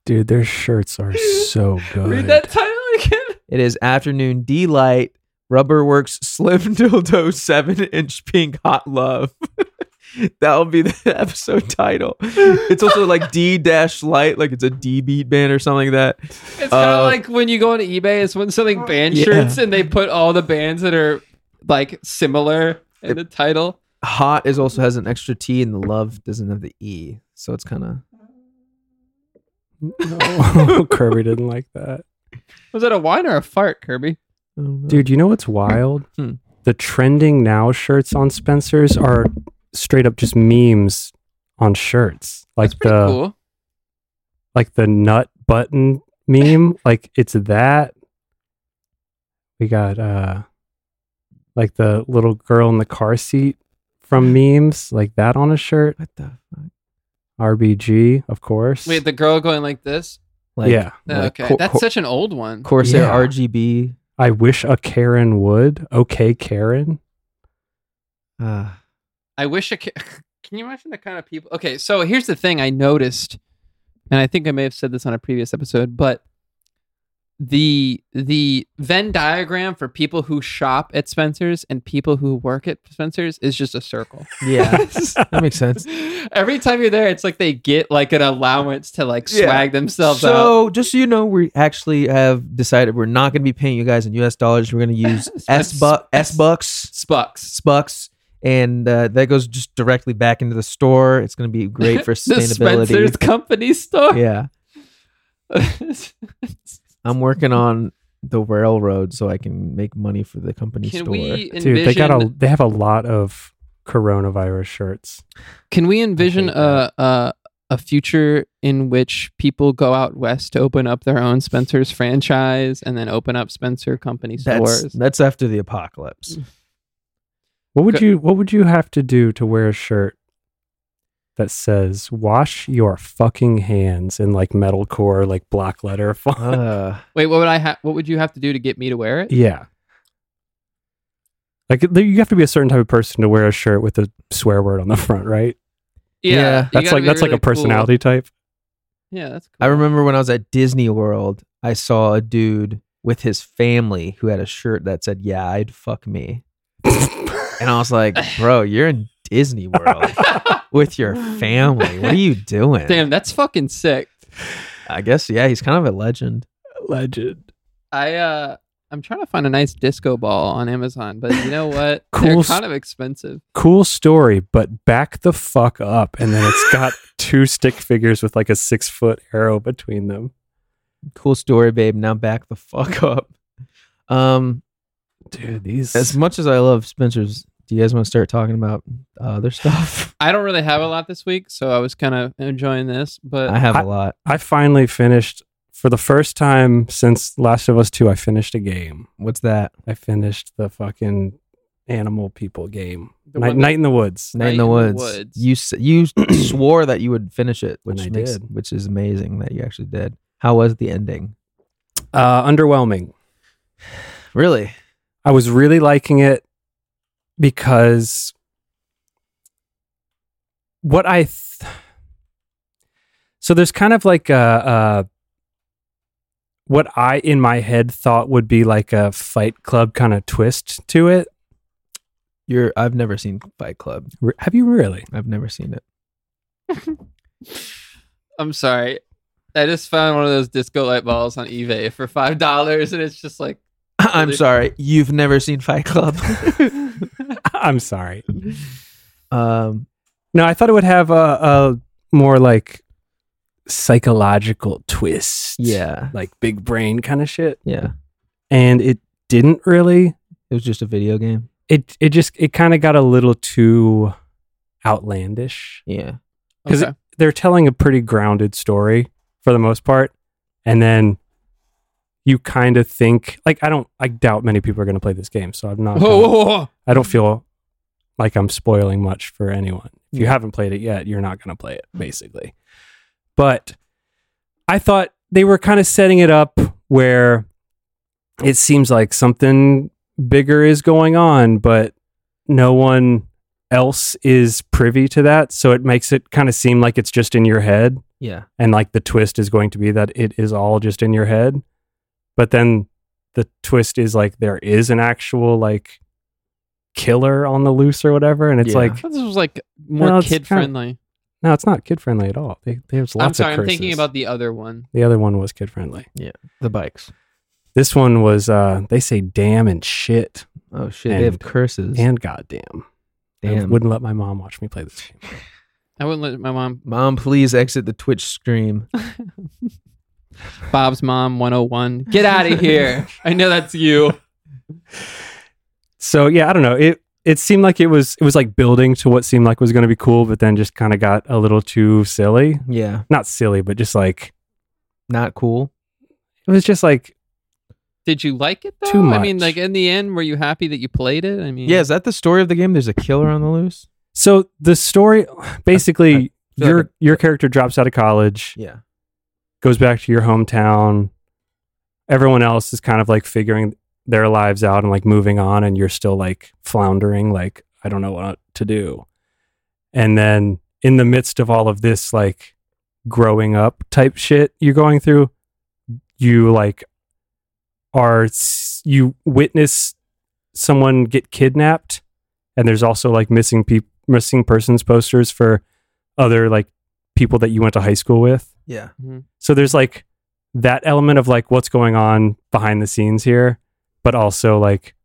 S2: Dude, their shirts are so good.
S3: (laughs)
S2: (laughs)
S3: Read that title again.
S1: It is afternoon D light, rubber works, (laughs) slim dildo, seven inch pink hot love. (laughs) that will be the (laughs) episode title. It's also like D dash light, like it's a D beat band or something like that.
S3: It's kind of
S1: Uh,
S3: like when you go on eBay, it's when selling band
S1: Yeah.
S3: shirts and they put all the bands that are like similar in the title.
S1: Hot is also has an extra T, and the love doesn't have the E, so it's kind of
S2: No. Oh, Kirby didn't like that.
S3: Was that a wine or a fart, Kirby?
S2: Dude, you know what's wild?
S1: Hmm.
S2: The trending now shirts on Spencer's are straight up just memes on shirts. Like
S3: That's pretty
S2: the
S3: cool.
S2: like the nut button
S3: (laughs)
S2: meme. like it's that. We got uh like the little girl in the car seat
S3: (sighs)
S2: from memes, like that on a shirt.
S1: What the fuck?
S2: RBG, of course.
S3: Wait, the girl going like this?
S1: Like,
S2: yeah.
S3: Oh,
S1: like
S3: okay,
S1: Cor-
S3: that's
S1: Cor-
S3: such an old one.
S1: Corsair
S2: Yeah.
S1: RGB.
S2: I wish a Karen would. Okay, Karen.
S1: Uh,
S3: I wish I could. (laughs) Can you imagine the kind of people? Okay, so here's the thing I noticed, and I think I may have said this on a previous episode, but the the Venn diagram for people who shop at Spencer's and people who work at Spencer's is just a circle.
S1: yeah, (laughs) that makes sense.
S3: (laughs) Every time you're there, it's like they get like an allowance to like
S1: Yeah.
S3: swag themselves out.
S1: So, just so you know, we actually have decided we're not going to be paying you guys in U.S. dollars. We're going to
S3: (laughs)
S1: use S bu- S bucks,
S3: Spucks.
S1: Spucks, and uh, that goes just directly back into the store. It's going to be great for
S3: (laughs) The Spencer's
S1: sustainability.
S3: company store.
S1: yeah,
S3: (laughs)
S1: I'm working on the railroad so I can make money for the company
S3: Can
S1: store.
S3: we envision?
S2: Dude, they got a they have a lot of coronavirus shirts.
S3: Can we envision
S2: hate
S3: a, a a future in which people go out west to open up their own Spencer's franchise and then open up Spencer company
S1: that's
S3: stores?
S1: that's after the apocalypse.
S2: What would
S3: Go-
S2: you what would you have to do to wear a shirt that says wash your fucking hands in like metalcore like block letter (laughs) font?
S1: Uh,
S3: Wait, what would I have? What would you have to do to get me to wear it?
S2: yeah. Like there- you have to be a certain type of person to wear a shirt with a swear word on the front, right?
S1: Yeah.
S3: you
S2: That's
S3: gotta
S2: like
S3: be
S2: that's
S3: really
S2: like a personality
S3: (laughs)
S2: type.
S3: cool. Yeah, that's. Cool.
S1: I remember when I was at Disney World, I saw a dude with his family who had a shirt that said, "Yeah, I'd fuck me." And I was like, bro, you're in Disney World with your family. What are you doing?
S3: Damn, that's fucking sick.
S1: I guess, yeah, he's kind of a legend.
S2: Legend.
S3: I uh, I'm trying to find a nice disco ball on Amazon, but you know what?
S2: (laughs) Cool
S3: They're
S2: s-
S3: kind of expensive.
S2: Cool story, but back the fuck up. And then it's
S3: (laughs)
S2: got two stick figures with like a six foot arrow between them.
S1: Cool story, babe. Now back the fuck (laughs) up. Um,
S2: Dude, these
S1: as much as I love Spencer's, do you guys want to start talking about other
S3: (laughs)
S1: stuff?
S3: I don't really have a lot this week, so I was kind of enjoying this. But
S1: I have a lot.
S2: I finally finished for the first time since Last of Us 2, I finished a game.
S1: What's that?
S2: I finished the fucking animal people game.
S3: The
S2: Night,
S3: one-
S2: Night in the Woods.
S1: Night in the Woods. You s- you swore that you would finish it, which
S2: I
S1: makes,
S2: did.
S1: which is amazing that you actually did. How was the ending?
S2: Uh underwhelming.
S1: Really?
S2: I was really liking it because what I th- so there's kind of like a, uh what I in my head thought would be like a Fight Club kind of twist to it.
S1: You're I've never seen Fight Club.
S2: Re- Have you really?
S1: I've never seen it.
S3: I'm sorry. I just found one of those disco light balls on eBay for five dollars, and it's just like
S1: (laughs) I'm sorry, you've never seen Fight Club. (laughs)
S2: (laughs) I'm sorry.
S1: um,
S2: No, I thought it would have a, a more like psychological twist.
S1: yeah,
S2: Like big brain kind of shit.
S1: yeah.
S2: And it didn't really.
S1: It was just a video game.
S2: It it just it kind of got a little too outlandish.
S1: Yeah,
S2: 'Cause
S3: okay.
S2: They're telling a pretty grounded story for the most part. And then you kind of think like I don't I doubt many people are going to play this game, so I'm not
S3: Whoa,
S2: gonna-
S3: whoa, whoa.
S2: I don't feel like I'm spoiling much for anyone. If you haven't played it yet, you're not going to play it, basically. But I thought they were kind of setting it up where it seems like something bigger is going on, but no one else is privy to that. So it makes it kind of seem like it's just in your head
S1: yeah.
S2: and like the twist is going to be that it is all just in your head but then the twist is like there is an actual like killer on the loose or whatever and it's
S1: Yeah.
S2: like
S3: This was like more
S2: No, it's kinda-
S3: kid friendly.
S2: no it's not kid friendly at all they, there's lots
S3: I'm sorry.
S2: of
S3: I'm
S2: curses.
S3: thinking about the other one.
S2: the other one was kid friendly
S1: The bikes.
S2: this one was uh they say damn and shit
S1: Oh shit, they have
S2: And-
S1: curses.
S2: and goddamn i
S1: Damn.
S2: wouldn't let my mom watch me play this game
S3: I wouldn't let my mom.
S1: Mom, please exit the Twitch scream.
S3: Bob's mom 101. Get out
S2: (laughs)
S3: of here. I know that's you.
S2: so yeah i don't know it it seemed like it was it was like building to what seemed like was going to be cool but then just kind of got a little too silly
S1: (laughs) Yeah,
S2: not silly but just like
S1: not cool.
S2: it was just like
S3: Did you like it though?
S2: Too
S3: I mean,
S2: much.
S3: like in the end, were you happy that you played it? I mean,
S1: Yeah, is that the story of the game? There's a killer on the loose.
S2: so the story (sighs) basically
S1: like
S2: your
S1: it-
S2: your character drops out of college
S1: Yeah,
S2: goes back to your hometown everyone else is kind of like figuring their lives out and like moving on and you're still like floundering like i don't know what to do and then in the midst of all of this like growing up type shit you're going through you like are s- you witness someone get kidnapped and there's also like missing people missing persons posters for other like people that you went to high school with
S1: yeah,
S2: so there's like that element of like what's going on behind the scenes here, but also like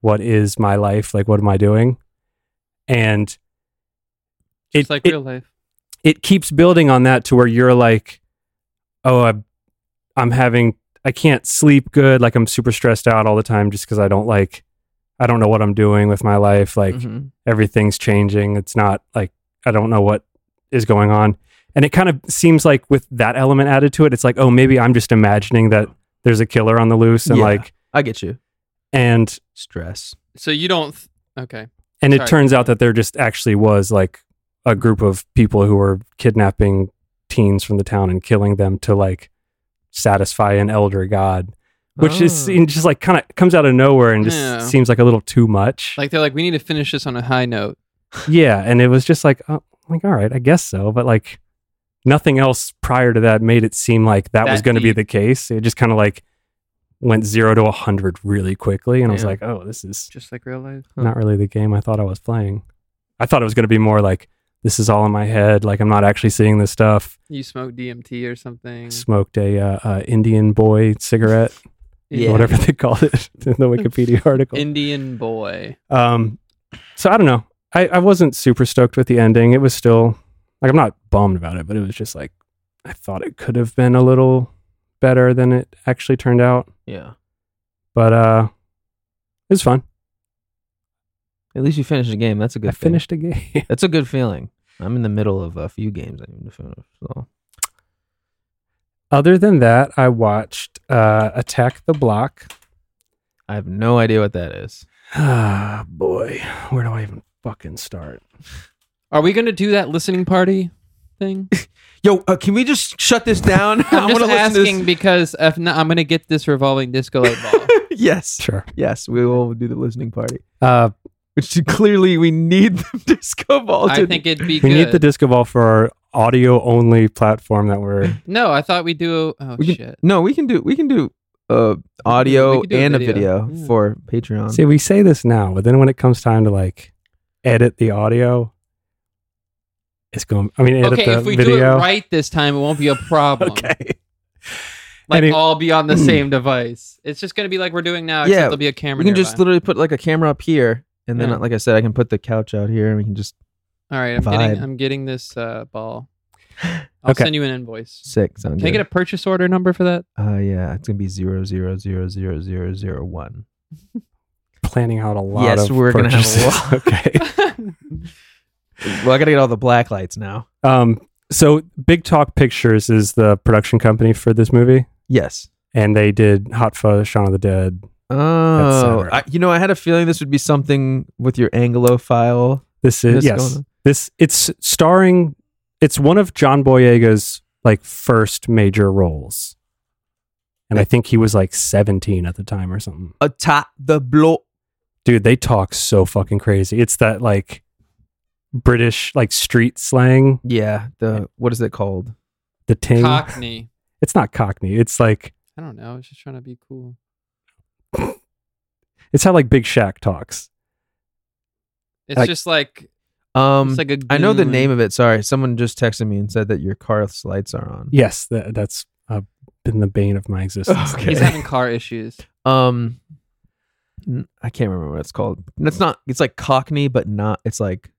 S2: what is my life? Like what am I doing? And it
S3: it's like
S2: it,
S3: real life.
S2: it keeps building on that to where you're like, oh, I'm, I'm having I can't sleep good. Like I'm super stressed out all the time just because I don't like I don't know what I'm doing with my life. Like
S1: Mhm.
S2: everything's changing. It's not like I don't know what is going on. And it kind of seems like with that element added to it, it's like, oh, maybe I'm just imagining that there's a killer on the loose and
S1: Yeah.
S2: like
S1: I get you.
S2: and
S1: Stress.
S3: So you don't. Th- okay.
S2: and it
S3: Sorry.
S2: turns out that there just actually was like a group of people who were kidnapping teens from the town and killing them to like satisfy an elder god. Which is
S1: Oh.
S2: it just like kind of comes out of nowhere and just
S3: Yeah.
S2: seems like a little too much.
S3: Like they're like, we need to finish this on a high note.
S2: yeah and it was just like oh, like all right i guess so but like nothing else prior to that made it seem like that,
S3: That
S2: was going to be
S3: deep.
S2: the case it just kind of like went zero to a 100 really quickly and i was
S1: Yeah.
S2: like oh this is
S3: Just like real life.
S1: Huh.
S2: not really the game i thought i was playing i thought it was going to be more like this is all in my head like i'm not actually seeing this stuff
S3: You smoke DMT or
S1: Mm.
S3: something.
S2: smoked a uh, uh, indian boy cigarette
S1: Yeah.
S2: whatever (laughs) they called it in
S1: (laughs)
S2: the wikipedia article
S3: Indian boy.
S2: Um, so I don't know. I, I wasn't super stoked with the ending. It was still like I'm not bummed about it, but it was just like I thought it could have been a little better than it actually turned out.
S1: Yeah.
S2: But uh, it was fun.
S1: At least you finished the game. That's a good.
S2: I
S1: thing.
S2: finished a game. (laughs)
S1: That's a good feeling. I'm in the middle of a few games I need to finish. So
S2: Other than that, I watched uh, Attack the Block.
S1: I have no idea what that is.
S2: Ah, boy, where do I even fucking start?
S3: Are we going to do that listening party
S2: (laughs)
S3: thing?
S1: Yo, uh, can we just shut this down? (laughs)
S3: I'm
S1: wanna
S3: just asking because if not, I'm going to get this revolving disco
S2: (laughs)
S3: light ball.
S1: yes,
S2: Sure.
S1: yes, we will do the listening party.
S2: Uh,
S1: Which clearly we need (laughs) the disco ball.
S3: I think it'd be
S2: we
S3: good.
S2: need the disco ball for our audio only platform that we're
S3: no, I thought we do. Oh
S1: we can,
S3: shit!
S1: no, we can do we can do uh audio
S3: could do a
S1: and
S3: video.
S1: a video
S3: Yeah.
S1: for Patreon.
S2: See, we say this now, but then when it comes time to like edit the audio, It's going. I mean, edit
S3: okay,
S2: the
S3: if we
S2: video.
S3: do
S2: (laughs)
S3: it right this time, it won't be a problem.
S2: Okay.
S3: Like
S2: Any-
S3: all
S2: (clears throat)
S3: be on the same device. It's just gonna be like we're doing now, except
S1: Yeah,
S3: there'll be a camera.
S1: We can just
S3: nearby.
S1: literally put like a camera up here, and then
S3: Yeah.
S1: like I said, I can put the couch out here, and we can just
S3: all right, I'm getting
S1: vibe.
S3: I'm getting this uh,
S1: (laughs)
S3: ball. I'll
S2: Okay.
S3: send you an invoice.
S1: sick. Sound
S3: Can I
S1: good.
S3: get a purchase order number for that?
S1: Uh, yeah, it's gonna be zero zero zero zero zero zero one.
S2: Planning out a lot.
S1: Yes,
S2: of
S1: we're gonna have a
S2: purchases.
S1: lot.
S2: (laughs) okay.
S1: Well, I gotta get all the black lights now.
S2: Um. So Big Talk Pictures is the production company for this movie,
S1: Yes.
S2: and they did Hot Fuzz, Shaun of the Dead.
S1: Oh,
S2: right.
S1: I, you know, I had a feeling this would be something with your Anglophile.
S2: This is
S1: This
S2: yes.
S1: going on?
S2: This it's starring. It's one of John Boyega's like first major roles, and I think he was like seventeen at the time or something.
S1: Attack the blow.
S2: dude they talk so fucking crazy it's that like british like street slang
S1: Yeah. The what is it called?
S2: the ting
S3: Cockney.
S2: it's not cockney it's like
S3: I don't know. I was just trying to be cool.
S2: it's how like big shack talks
S3: It's
S2: Like-
S3: just like
S1: Um,
S3: it's like a
S1: I know the
S3: goon.
S1: name of it. Sorry, someone just texted me and said that your car's lights are on.
S2: yes that, that's uh, been the bane of my existence
S1: Okay. (laughs)
S3: (laughs) He's having car issues.
S1: Um, n- I can't remember what it's called. And It's not. It's like Cockney, but not. It's like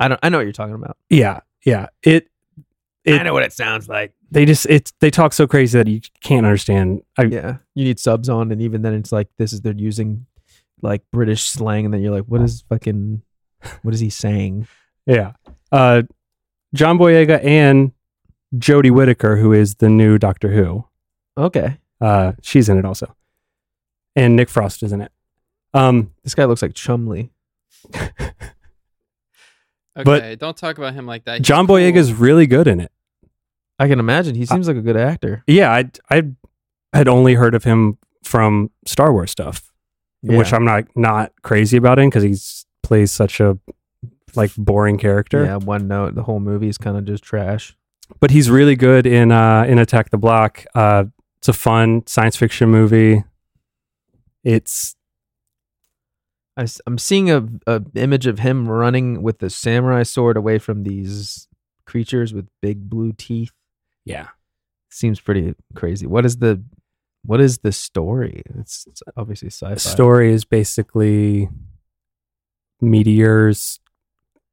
S1: I don't. I know what you're talking about.
S2: yeah yeah it, it
S1: what it sounds like.
S2: they just it's they talk so crazy that you can't understand I,
S1: Yeah, you need subs on, and even then, it's like this is they're using like British slang, and then you're like, what is fucking, what is he saying?
S2: yeah uh john boyega and jodie whittaker who is the new doctor who
S1: Okay,
S2: uh she's in it also and nick frost is in it um
S1: this guy looks like Chumley.
S3: Okay,
S2: But-
S3: don't talk about him like that. He's
S2: John
S3: cool.
S2: Boyega's really good in it.
S1: I can imagine. He seems like a good actor.
S2: Yeah, I I had only heard of him from Star Wars stuff, which
S1: Yeah.
S2: I'm not not crazy about him because he plays such a like boring character.
S1: yeah, one note. The whole movie is kind of just trash.
S2: But he's really good in uh, in Attack the Block. Uh, it's a fun science fiction movie. It's
S1: I, am seeing a, a image of him running with the samurai sword away from these creatures with big blue teeth.
S2: yeah,
S1: Seems pretty crazy. What is the what is the story? It's, it's obviously sci-fi.
S2: the story is basically meteors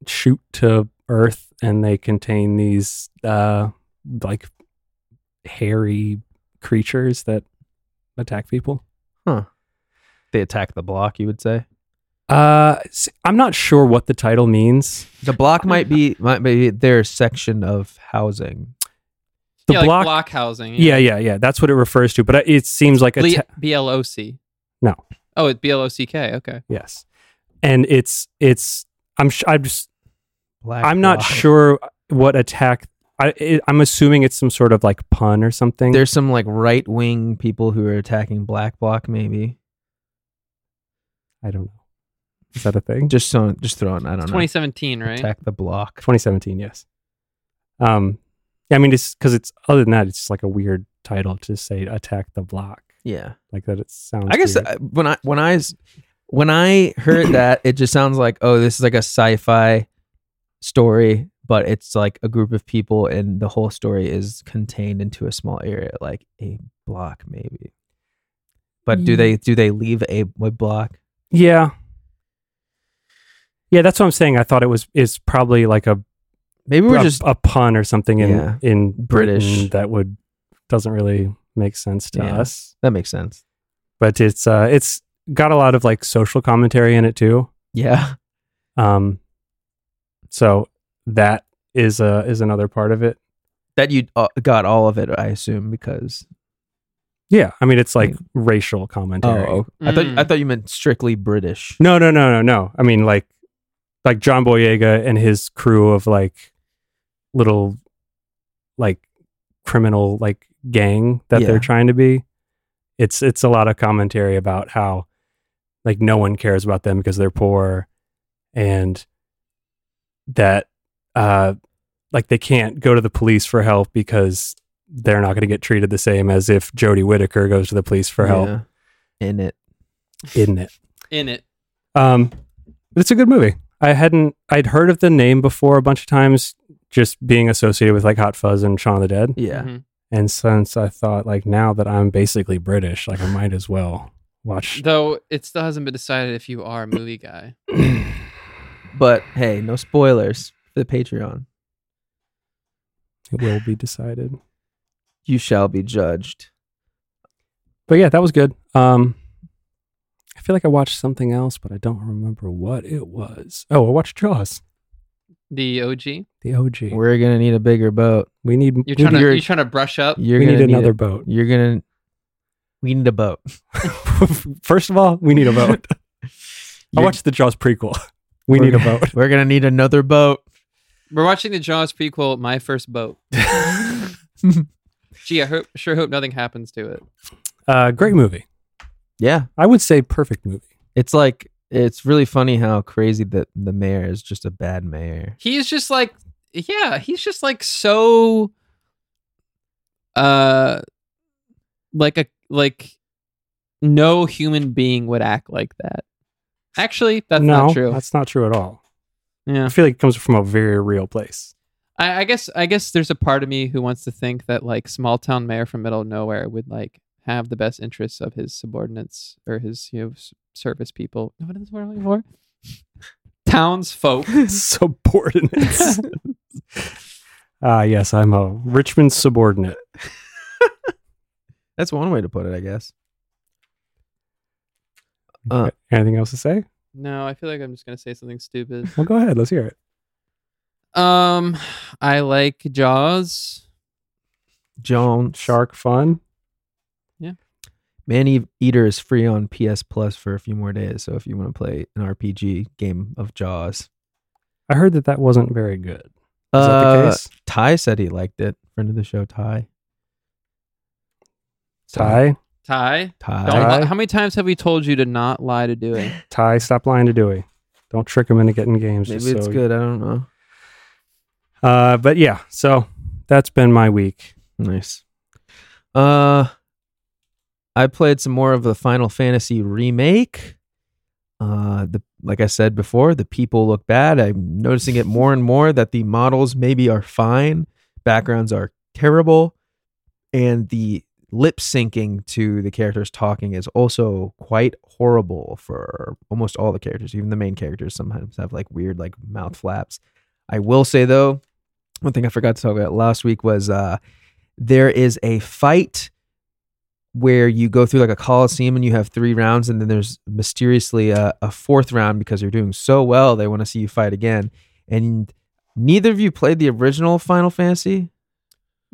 S2: shoot to Earth and they contain these uh, like hairy creatures that attack people.
S1: They attack the block. You would say
S2: Uh, s- I'm not sure what the title means.
S1: the (laughs) block might be might be their section of housing.
S2: The
S3: yeah,
S2: block,
S3: like block housing.
S2: yeah, yeah, yeah. That's what it refers to. But it seems like a
S3: Ble-
S2: ta-
S3: BLOC.
S2: No.
S3: Oh, it's BLOCK. Okay.
S2: yes, and it's it's. I'm sh- I'm just
S1: Black
S2: I'm not
S1: block.
S2: sure what attack. I it, I'm assuming it's some sort of like pun or something.
S1: There's some like right wing people who are attacking black block. Maybe
S2: I don't know. Is that a thing?
S1: just so just throwing. I don't
S3: It's
S1: know.
S3: 2017, right?
S1: Attack the block.
S2: 2017, yes. Um, I mean, it's because it's other than that, it's just like a weird title to say "Attack the Block,"
S1: Yeah.
S2: like that. It sounds.
S1: I guess
S2: weird.
S1: uh, when I when I s- when I
S2: (clears throat)
S1: heard that, it just sounds like oh, this is like a sci-fi story, but it's like a group of people, and the whole story is contained into a small area, like a block maybe. But do
S2: Ye-
S1: they do they leave a, a block?
S2: yeah, yeah. That's what I'm saying. I thought it was is probably like a
S1: Maybe we're
S2: a,
S1: just
S2: a pun or something in
S1: Yeah.
S2: in
S1: British.
S2: Britain that would doesn't really make sense to
S1: Yeah.
S2: us.
S1: that makes sense.
S2: But it's uh, it's got a lot of like social commentary in it too.
S1: Yeah, (laughs)
S2: Um, so that is uh is another part of it.
S1: that you uh, got all of it, I assume, because
S2: Yeah, I mean it's like
S1: Yeah.
S2: racial commentary.
S1: I thought
S3: Mm.
S1: I thought you meant strictly British.
S2: Oh, No, no, no, no, no. I mean like like John Boyega and his crew of like little like criminal like gang that
S1: Yeah.
S2: they're trying to be. It's it's a lot of commentary about how like no one cares about them because they're poor and that uh like they can't go to the police for help because they're not going to get treated the same as if Jodie Whittaker goes to the police for help
S1: Yeah. in it.
S2: in it.
S3: In it.
S2: Um, but it's a good movie. I hadn't I'd heard of the name before a bunch of times just being associated with like Hot Fuzz and Shaun of the Dead.
S1: Yeah.
S3: Mhm.
S2: And since I thought like now that I'm basically British, like I might as well watch.
S3: Though it still hasn't been decided if you are a movie guy.
S1: But hey, no spoilers for the Patreon.
S2: It will be decided.
S1: You shall be judged.
S2: But yeah, that was good. Um, I feel like I watched something else, but I don't remember what it was. Oh, I watched Jaws,
S3: The OG.
S2: the OG.
S1: We're gonna need a bigger boat.
S2: we need
S3: You're
S2: we
S3: trying to
S2: need-
S3: you're trying to brush up.
S1: You're
S2: we
S1: gonna
S2: need
S1: need
S2: another
S1: a-
S2: boat. (laughs)
S1: You're gonna. We need a boat.
S2: First of all, we need
S1: (laughs)
S2: a boat. I
S1: You're-
S2: watched the Jaws prequel. (laughs) We
S1: We're
S2: need a
S1: gonna-
S2: boat.
S1: (laughs) We're gonna need another boat.
S3: We're watching the Jaws prequel, My
S2: (laughs)
S3: First Boat. Gee, I hope, sure hope nothing happens to it.
S2: Uh, great movie.
S1: Yeah,
S2: I would say perfect movie.
S1: it's like it's really funny how crazy that the mayor is just a bad mayor.
S3: He's just like, yeah, he's just like so, uh, like a like, no human being would act like that. Actually, that's
S2: no,
S3: not true.
S2: That's not true at all.
S3: yeah,
S2: I feel like it comes from a very real place.
S3: I, I guess I guess there's a part of me who wants to think that like small town mayor from middle of nowhere would like have the best interests of his subordinates or his you know s- service people. What is the word I'm looking for? (laughs) Townsfolk.
S2: Subordinates. Ah, yes, I'm a Richmond subordinate.
S1: That's one way to put it, I guess. Uh.
S2: Uh, Anything else to say?
S3: no, I feel like I'm just gonna say something
S1: (laughs)
S3: stupid.
S2: Well, go ahead. Let's hear it.
S3: Um, I like Jaws.
S1: John
S2: Shark fun.
S1: Man Ev- Eater is free on PS Plus for a few more days. So if you want to play an RPG game of Jaws,
S2: I heard that that wasn't very good. Is that
S1: Uh,
S2: the case?
S1: Ty said he liked it. Friend of the show, Ty.
S2: Ty,
S3: Ty. Don't
S1: Ty.
S2: Ty.
S3: li- how many times have we told you to not lie
S1: (laughs)
S3: to Dewey?
S2: Ty, stop lying to Dewey. Don't trick him into getting games.
S1: Maybe
S2: just
S1: it's
S2: so-
S1: good. I don't know.
S2: Uh, but yeah, so that's been my week.
S1: Nice. Uh, I played some more of the Final Fantasy remake. Uh, the like I said before, the people look bad. I'm noticing it more and more that the models maybe are fine, backgrounds are terrible, and the lip syncing to the characters talking is also quite horrible for almost all the characters. Even the main characters sometimes have like weird like mouth flaps. I will say though, one thing I forgot to talk about last week was uh there is a fight where you go through like a coliseum and you have three rounds and then there's mysteriously a, a fourth round because you're doing so well they want to see you fight again and neither of you played the original final fantasy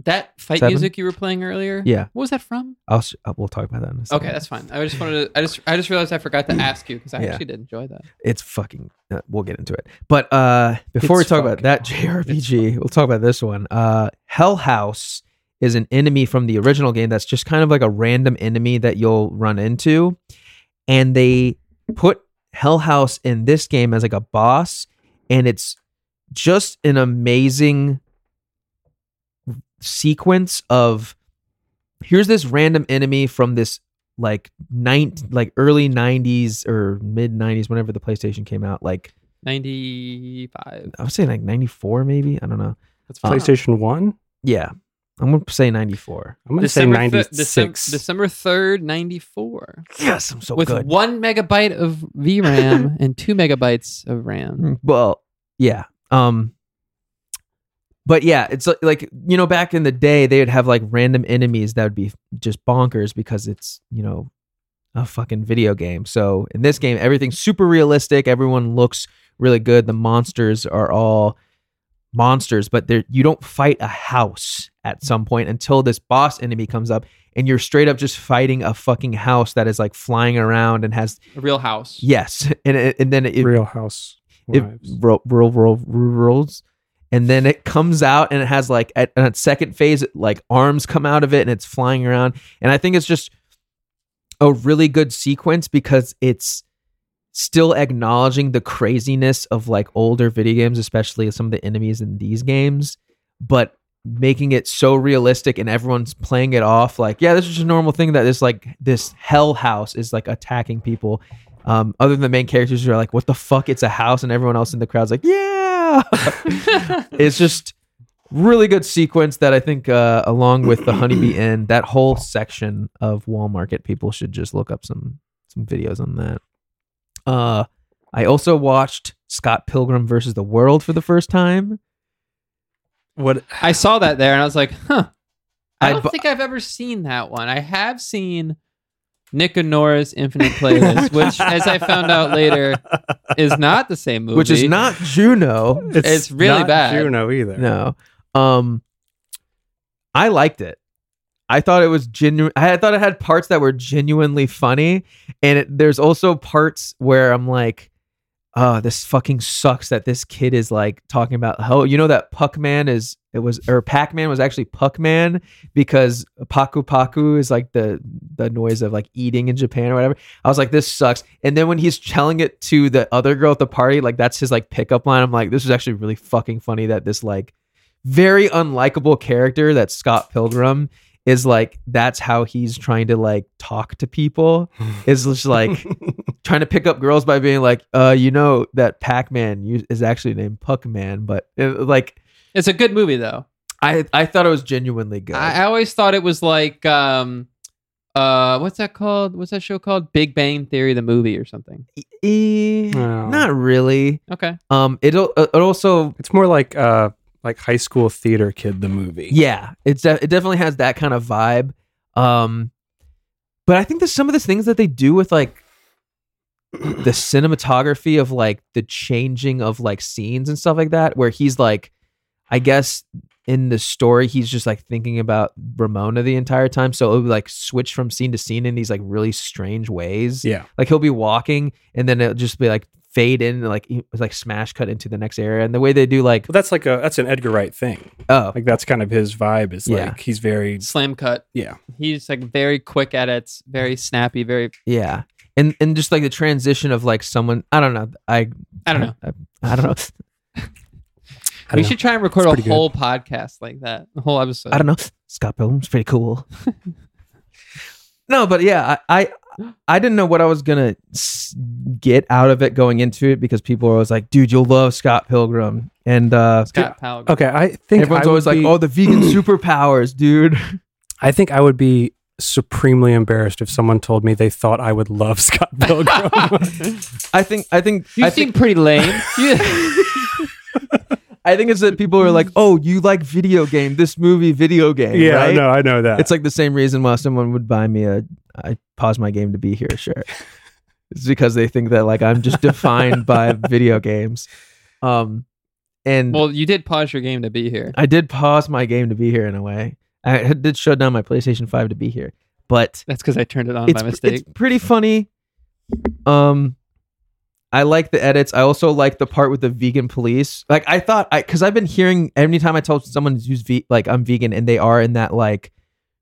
S3: That fight
S1: Seven?
S3: music you were playing earlier.
S1: yeah
S3: What was that from?
S1: i'll s- uh, we'll talk about that in a second
S3: Okay, that's fine. I just wanted to. I just. I just realized I forgot to ask you because I
S1: Yeah.
S3: actually did enjoy that.
S1: it's fucking uh, we'll get into it but uh before
S2: It's
S1: we talk about
S2: fucking-
S1: that jrpg we'll talk about this one uh hell house is an enemy from the original game that's just kind of like a random enemy that you'll run into and they put hell house in this game as like a boss and it's just an amazing sequence of here's this random enemy from this like nine like early 90s or mid 90s whenever the PlayStation came out like
S3: Ninety-five.
S1: I would say like 94 maybe I don't know
S3: That's fine.
S2: PlayStation One.
S1: yeah I'm going to say 94
S2: I'm gonna
S3: December
S2: say
S3: thir- Decem-
S2: ninety-six.
S3: December third, ninety-four,
S1: yes I'm so
S3: with
S1: Oh, good
S3: one megabyte of VRAM and two megabytes of RAM.
S1: Mm, well yeah um but yeah it's li- like you know back in the day they would have like random enemies that would be just bonkers because it's you know a fucking video game so in this game everything's super realistic everyone looks really good the monsters are all monsters but there you don't fight a house at some point until this boss enemy comes up and you're straight up just fighting a fucking house that is like flying around and has
S3: A real house.
S1: yes (laughs) and it- and then it,
S2: Real House.
S1: it
S2: Wives.
S1: ro- ro- ro- rolls and then it comes out and it has like at, and at second phase like arms come out of it and it's flying around and i think it's just a really good sequence because it's still acknowledging the craziness of like older video games especially some of the enemies in these games but making it so realistic and everyone's playing it off like yeah this is just a normal thing that this like this hell house is like attacking people um, other than the main characters who are like, what the fuck? It's a house. And everyone else in the crowd's like, yeah. it's just really good sequence that I think, uh, along with the honeybee end, that whole section of Wall Market, people should just look up some some videos on that. Uh, I also watched Scott Pilgrim versus the World for the first time.
S2: What
S3: I saw that there and I was like, huh. I
S1: I
S3: don't
S1: bu-
S3: think I've ever seen that one. I have seen Nick and Nora's Infinite Playlist, which, as I found out
S2: (laughs)
S3: later, is not the same movie.
S1: which is not Juno.
S3: It's really
S2: not
S3: bad.
S2: Juno either.
S1: no. Um, I liked it. I thought it was genuine. I thought it had parts that were genuinely funny, and it, there's also parts where I'm like, "Oh, this fucking sucks." That this kid is like talking about how you know that Puck Man is it was or Pac Man was actually Puck Man because Paku Paku is like the the noise of like eating in Japan or whatever. I was like, this sucks. And then when he's telling it to the other girl at the party, like that's his like pickup line. I'm like, this is actually really fucking funny that this like very unlikable character that Scott Pilgrim is like that's how he's trying to like talk to people is just (laughs) like trying to pick up girls by being like uh you know that pac-man you- is actually named puck-man but uh, like
S3: It's a good movie though.
S1: i i thought it was genuinely good
S3: I, I always thought it was like, um, uh, what's that called? What's that show called? Big Bang Theory, the movie or something.
S1: Eh,
S2: No.
S1: not really
S3: Okay,
S1: um it'll it also
S2: It's more like uh like high school theater kid the movie.
S1: Yeah, it's de- it definitely has that kind of vibe. Um, but I think that some of the things that they do with like (clears throat) the cinematography of like the changing of like scenes and stuff like that, where he's like, I guess in the story he's just like thinking about Ramona the entire time, so it would like switch from scene to scene in these like really strange ways.
S2: Yeah.
S1: Like he'll be walking and then it'll just be like fade in and like e- like smash cut into the next area, and the way they do like
S2: Well, that's like a that's an Edgar Wright thing.
S1: oh
S2: Like that's kind of his vibe. Is
S1: Yeah.
S2: like he's very
S3: slam cut.
S2: yeah.
S3: He's like very quick edits, very snappy, very.
S1: Yeah. And and just like the transition of like someone I don't know. I
S3: I don't know.
S1: I, I don't know.
S2: I don't
S3: we
S2: know.
S3: should try and record
S2: It's
S3: a
S2: pretty good.
S3: whole podcast like that, a whole episode.
S1: I don't know. Scott Pilgrim's pretty cool. no, but yeah, I, I I didn't know what I was gonna s- get out of it going into it because people were always like, "Dude, you'll love Scott Pilgrim," and uh,
S3: Scott Pilgrim.
S2: Okay, I think
S1: everyone's
S2: I
S1: always
S2: would
S1: like,
S2: be-
S1: "Oh, the vegan superpowers, dude."
S2: I think I would be supremely embarrassed if someone told me they thought I would love (laughs) Scott Pilgrim.
S1: I think I think
S3: You
S1: I
S3: seem
S1: think
S3: pretty (laughs) lame. You-
S1: I think it's that people are like, "Oh, you like video game? This movie, video game."
S2: yeah,
S1: right?
S2: I know, I know that.
S1: It's like the same reason why someone would buy me a I pause my game to be here shirt. it's because they think that like I'm just defined by video games. Um and
S3: well, you did pause your game to be here.
S1: I did pause my game to be here in a way. I did shut down my PlayStation 5 to be here. But
S3: That's because I turned it on
S1: it's,
S3: by
S1: pr-
S3: mistake.
S1: it's pretty funny. Um I like the edits. I also like the part with the vegan police. Like I thought I cuz I've been hearing anytime I tell someone who's ve- like I'm vegan and they are in that like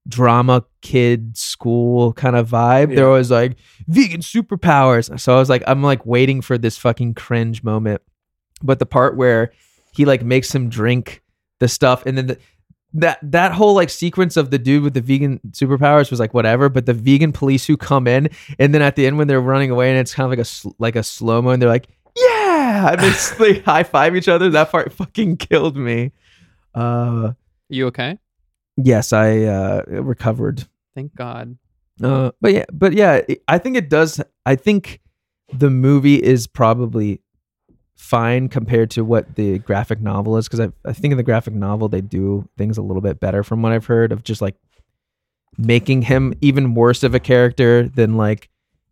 S1: drama kid school kind of vibe.
S2: Yeah.
S1: They're always like vegan superpowers. So I was like I'm like waiting for this fucking cringe moment. But the part where he like makes him drink the stuff and then the that that whole like sequence of the dude with the vegan superpowers was like whatever, but the vegan police who come in and then at the end when they're running away and it's kind of like a sl- like a slow mo and they're like yeah, and they, s- they high five each other. That part fucking killed me. Uh,
S3: You okay?
S1: yes, I uh, recovered.
S3: Thank God.
S1: Uh, but yeah, but yeah, it- I think it does. I think the movie is probably fine compared to what the graphic novel is because I, I think in the graphic novel they do things a little bit better from what I've heard of just like making him even worse of a character than like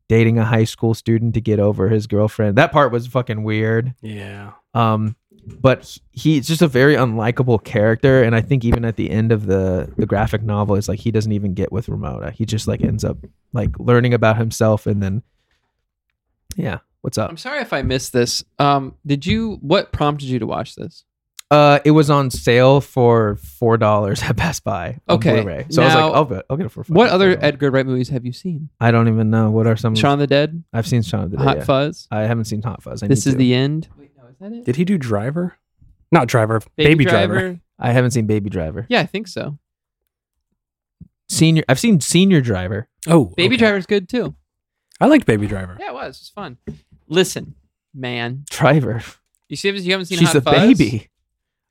S1: dating a high school student to get over his girlfriend. That part was fucking weird.
S2: yeah.
S1: Um, but he- he's just a very unlikable character, and I think even at the end of the the graphic novel, it's like he doesn't even get with Ramona. He just like ends up like learning about himself, and then yeah, what's up?
S3: I'm sorry if I missed this. Um, did you? What prompted you to watch this?
S1: Uh, it was on sale for four dollars at Best Buy. on
S3: Okay,
S1: Blu-ray. so I was
S3: now-
S1: like, I'll get, I'll get it for five.
S3: What other
S1: $4.
S3: Edgar Wright movies have you seen?
S1: I don't even know what are some.
S3: Shaun of the Dead,
S1: I've seen Shaun of the Dead.
S3: Hot
S1: Mm. yeah.
S3: Fuzz.
S1: I haven't seen Hot Fuzz. I
S3: This
S1: need
S3: is
S1: to.
S3: the end. Wait, no, is that it?
S2: Did he do Driver? Not Driver, Baby, Driver.
S1: I haven't seen Baby Driver.
S3: Yeah, I think so.
S1: Senior. I've seen Senior Driver.
S2: Oh,
S3: Baby
S2: okay.
S3: Driver's good too.
S2: I liked Baby Driver.
S3: Yeah, it was. It was fun. Listen, man,
S1: Driver.
S3: you see, you haven't seen
S1: She's
S3: Hot
S1: a
S3: Fuzz?
S1: baby.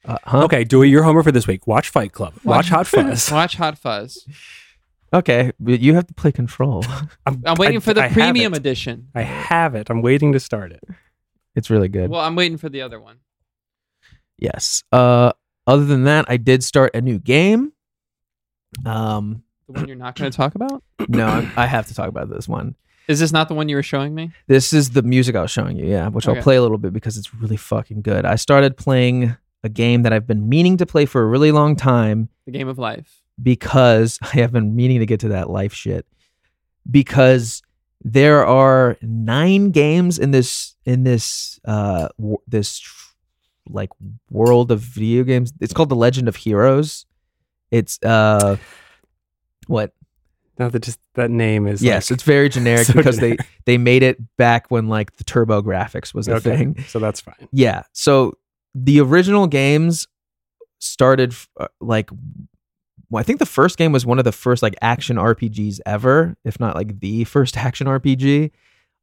S1: Uh, huh?
S2: Okay, Dewey, your homework for this week. Watch Fight Club. Watch,
S3: Watch- (laughs)
S1: (laughs)
S2: Hot Fuzz.
S3: Watch Hot Fuzz.
S1: Okay, but you have to play
S3: (laughs)
S1: control.
S3: I'm waiting
S2: I-
S3: for the
S2: I have
S3: premium
S2: it.
S3: edition.
S2: I have it. I'm waiting to start it.
S1: It's really good.
S3: Well, I'm waiting for the other one.
S1: yes. Uh, other than that, I did start a new game. Um,
S3: The one you're not going to talk about?
S1: no, I- I have to talk about this one.
S3: Is this not the one you were showing me?
S1: This is the music I was showing you, yeah, which I'll
S3: Okay.
S1: play a little bit because it's really fucking good. I started playing a game that I've been meaning to play for a really long time
S3: The Game of Life. (gasps)
S1: because (laughs) I have been meaning to get to that life shit. Because there are nine games in this in this uh w- this tr- like world of video games. It's called The Legend of Heroes. It's uh what
S2: Now that just that name is
S1: yes,
S2: like-
S1: it's very generic
S2: (laughs) so
S1: because
S2: generic.
S1: they they made it back when like the Turbo Graphics was a
S2: okay,
S1: thing.
S2: So that's fine.
S1: Yeah. So the original games started f- uh, like well, I think the first game was one of the first like action RPGs ever, if not like the first (laughs) action RPG.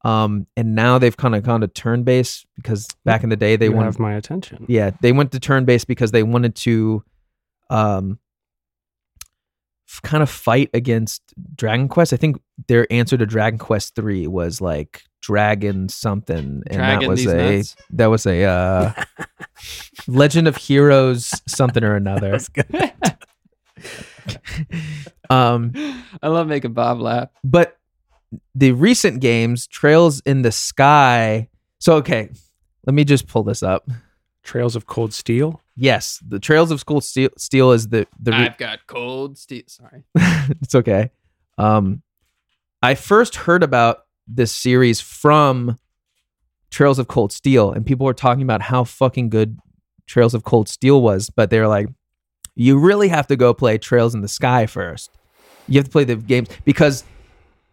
S1: Um, and now they've kind of gone to turn based because back in the day they
S2: you
S1: wanted
S2: have my attention.
S1: yeah, they went to turn based because they wanted to um f- kind of fight against Dragon Quest. I think their answer to Dragon Quest 3 was like dragon something and that
S3: Dragon
S1: was
S3: these
S1: a
S3: nuts.
S1: that was a uh
S3: (laughs)
S1: Legend of Heroes something or
S3: (laughs)
S1: another.
S2: That's good.
S1: Um
S3: I love making Bob laugh.
S1: but the recent games Trails in the Sky. So okay, let me just pull this up.
S2: (laughs) Trails of Cold Steel.
S1: Yes, the Trails of School Steel, Steel is the the re-
S3: I've got cold steel. Sorry.
S1: (laughs) it's okay. Um, I first heard about this series from Trails of Cold Steel, and people were talking about how fucking good Trails of Cold Steel was, but they were like, you really have to go play Trails in the Sky first. You have to play the games because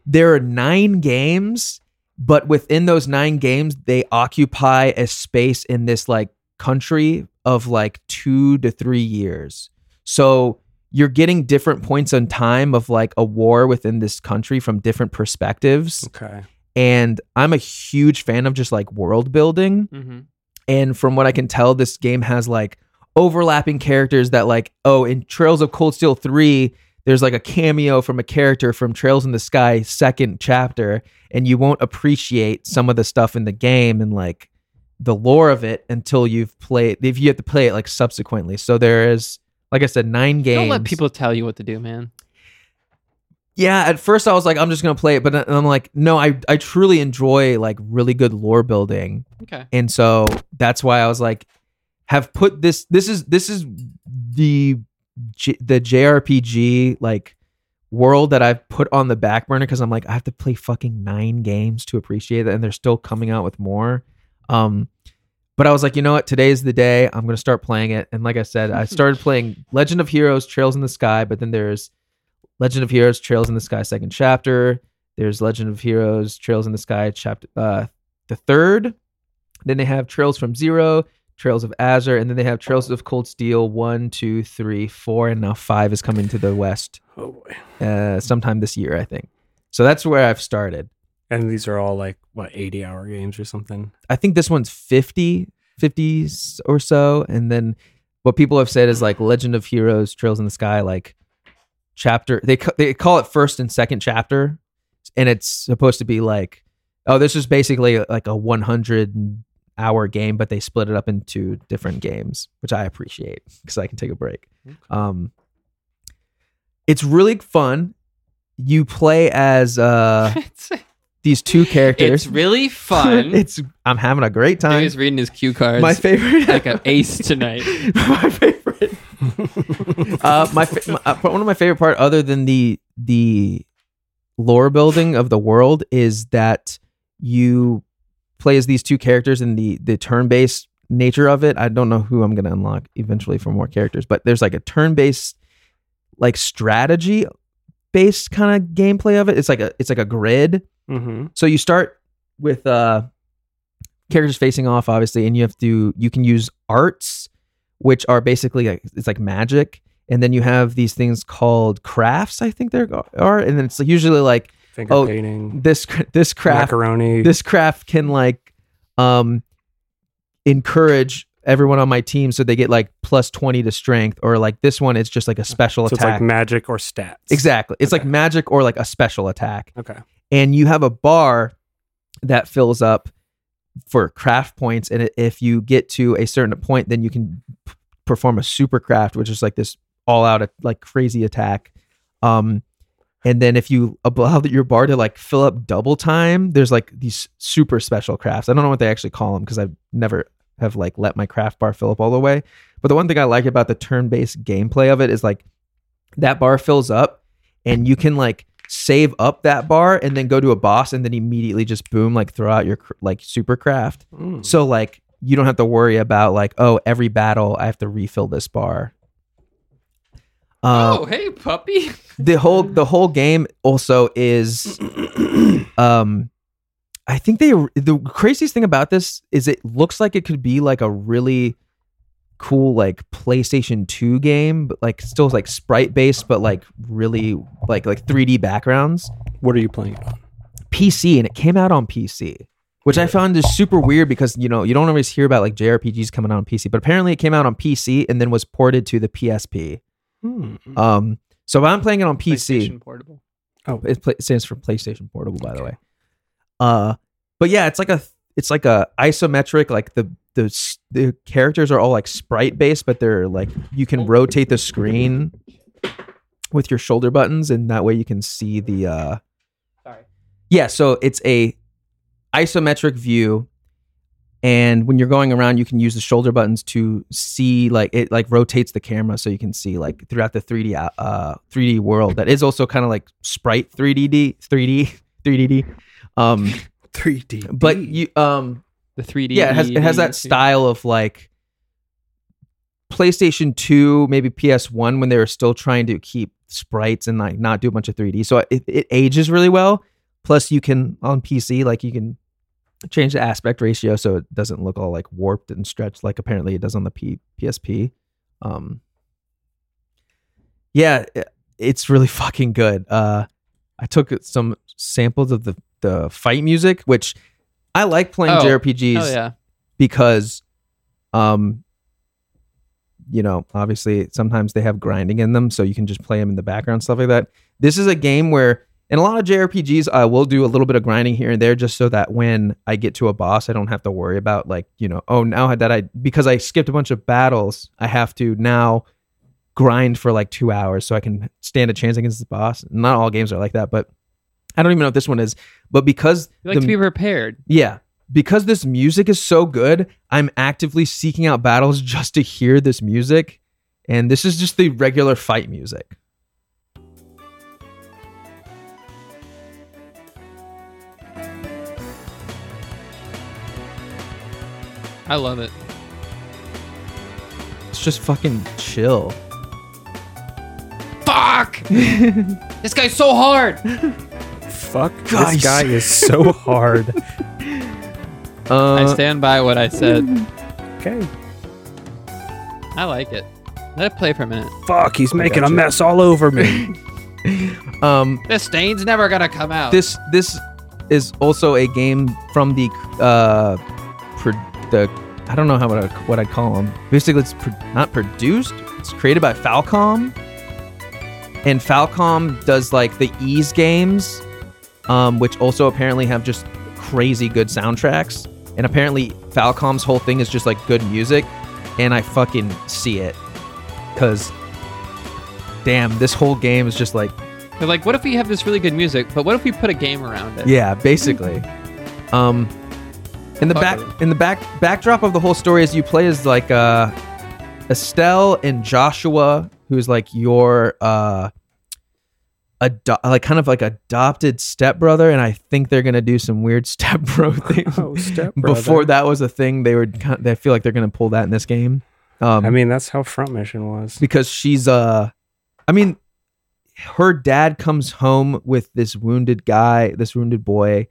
S1: there are nine games, but within those nine games, they occupy a space in this like country of like two to three years. So you're getting different points in time of like a war within this country from different perspectives.
S2: Okay.
S1: And I'm a huge fan of just like world building. (laughs)
S3: Mm-hmm.
S1: And from what I can tell, this game has like overlapping characters that like, oh, in Trails of Cold Steel 3, there's like a cameo from a character from Trails in the Sky second chapter, and you won't appreciate some of the stuff in the game and like the lore of it until you've played if you have to play it like subsequently. So there is like I said, nine games.
S3: Don't let people tell you what to do, man.
S1: Yeah, at first I was like, I'm just gonna play it, but then I'm like, no, I I truly enjoy like really good lore building,
S3: Okay.
S1: and so that's why I was like, have put this. This is this is the J, the JRPG like world that I've put on the back burner because I'm like, I have to play fucking nine games to appreciate it, and they're still coming out with more. Um, but I was like, you know what? Today's the day. I'm gonna start playing it. And like I said, I started playing Legend of Heroes: Trails in the Sky, but then there's Legend of Heroes: Trails in the Sky second chapter. There's Legend of Heroes: Trails in the Sky chapter uh, the third. Then they have Trails from Zero, Trails of Azure, and then they have Trails of Cold Steel one, two, three, four, and now five is coming to the west
S2: Oh boy.
S1: uh, sometime this year, I think. So that's where I've started.
S2: And these are all like what 80 hour games or something.
S1: I think this one's 50, 50 s- or so. And then what people have said is like Legend of Heroes, Trails in the Sky, like chapter, they, ca- they call it first and second chapter. And it's supposed to be like, oh, this is basically like a 100 hour game, but they split it up into different games, which I appreciate because I can take a break. Um, it's really fun. You play as uh,
S3: (laughs) it's,
S1: these two characters.
S3: (laughs) it's really
S1: (laughs)
S3: fun.
S1: it's I'm having a great time.
S3: He's reading his cue cards.
S1: my favorite,
S3: (laughs) like an ace tonight.
S1: (laughs) my favorite, (laughs) uh, my, fa- my uh, one of my favorite part, other than the the lore building of the world, is that you play as these two characters and the the turn based nature of it. I don't know who I'm gonna unlock eventually for more characters, but there's like a turn based, like strategy based kind of gameplay of it. It's like a it's like a grid,
S2: (laughs) Mm-hmm.
S1: so you start with uh characters facing off obviously and you have to you can use arts which are basically like it's like magic and then you have these things called crafts i think there are and then it's usually like
S2: Finger
S1: Oh,
S2: painting,
S1: this cr- this craft
S2: macaroni.
S1: this craft can like um encourage everyone on my team so they get like plus 20 to strength or like this one it's just like a special
S2: So it's
S1: attack
S2: like magic or stats.
S1: exactly it's like
S2: Okay.
S1: magic or like a special attack
S2: Okay.
S1: and you have a bar that fills up for craft points and it- if you get to a certain point then you can p- perform a super craft which is like this all out like crazy attack um and then if you allow that your bar to like fill up double time there's like these super special crafts i don't know what they actually call them because i've never have like let my craft bar fill up all the way but the one thing i like about the turn-based gameplay of it is like that bar fills up and you can like save up that bar and then go to a boss and then immediately just boom like throw out your cr- like super craft
S2: Mm.
S1: so like you don't have to worry about like oh every battle i have to refill this bar um,
S3: oh, hey, puppy.
S1: the whole the whole game also is um i think they the craziest thing about this is it looks like it could be like a really cool like playstation 2 game but like still like sprite based but like really like like 3d backgrounds
S2: What are you playing it on?
S1: PC and it came out on PC, which I found is super weird because you know you don't always hear about like JRPGs coming out on PC, but apparently it came out on PC and then was ported to the PSP.
S2: Hmm.
S1: Um, so I'm playing it on PC.
S3: PlayStation Portable.
S2: Oh,
S1: It pla- stands for PlayStation Portable, by the way. Uh, but yeah, it's like a it's like a isometric like the the s- the characters are all like sprite based, but they're like you can rotate the screen with your shoulder buttons, and that way you can see the uh
S3: Sorry.
S1: yeah, so it's a isometric view and when you're going around you can use the shoulder buttons to see like it like rotates the camera so you can see like throughout the 3D uh, uh 3D world that is also kind of like sprite 3D 3D 3D um
S2: 3D. (laughs)
S1: but you um
S3: The 3D.
S1: yeah, it has it has that style of like PlayStation 2, maybe PS1 when they were still trying to keep sprites and like not do a bunch of 3D. So it, it ages really well. Plus you can on PC like you can change the aspect ratio so it doesn't look all like warped and stretched like apparently it does on the P- PSP. Um Yeah, i- it's really (laughs) fucking good. Uh I took some samples of the the fight music which I like playing
S3: Oh.
S1: JRPGs
S3: Oh, yeah.
S1: because um you know obviously sometimes they have grinding in them so you can just play them in the background stuff like that this is a game where in a lot of jrpgs i will do a little bit of grinding here and there just so that when i get to a boss i don't have to worry about like you know oh now that i because i skipped a bunch of battles i have to now grind for like two hours so i can stand a chance against the boss not all games are like that but i don't even know if this one is but because
S3: You like
S1: the-
S3: to be prepared.
S1: yeah. Because this music is so good, I'm actively seeking out battles (laughs) just to hear this music. And this is just the regular fight music.
S3: I love it.
S1: It's just fucking chill. (laughs)
S3: Fuck! this guy's so hard.
S1: Uh,
S2: Fuck,
S1: Guys.
S2: this guy is (laughs) so hard.
S1: Uh,
S3: I stand by what I said.
S2: okay.
S3: I like it. Let it play for a minute.
S2: Fuck, he's making a
S1: gotcha.
S2: mess all over me.
S1: um,
S3: This stain's never gonna come out.
S1: this this is also a game from the uh, pro- the I don't know how what I, what I'd call them. Basically, it's pro- not produced. It's created by Falcom, and Falcom does like the Ease games, um, which also apparently have just crazy good soundtracks. And apparently, Falcom's whole thing is just like good music, and I fucking see it, cause damn, this whole game is just like
S3: They're like, what if we have this really good music, but what if we put a game around it?
S1: yeah, basically. Um, in the
S3: Fuck
S1: back,
S3: with
S1: in the back backdrop of the whole story is you play as like uh, Estelle and Joshua, who's like your uh, ado- like kind of like adopted stepbrother, and I think they're gonna do some weird (laughs) stepbro thing.
S2: (laughs) (laughs) oh, step
S1: Before that was a thing, they were. Kind I feel like they're gonna pull that in this game. Um,
S2: I mean, that's how Front Mission was.
S1: because she's uh I mean her dad comes home with this wounded guy, this wounded boy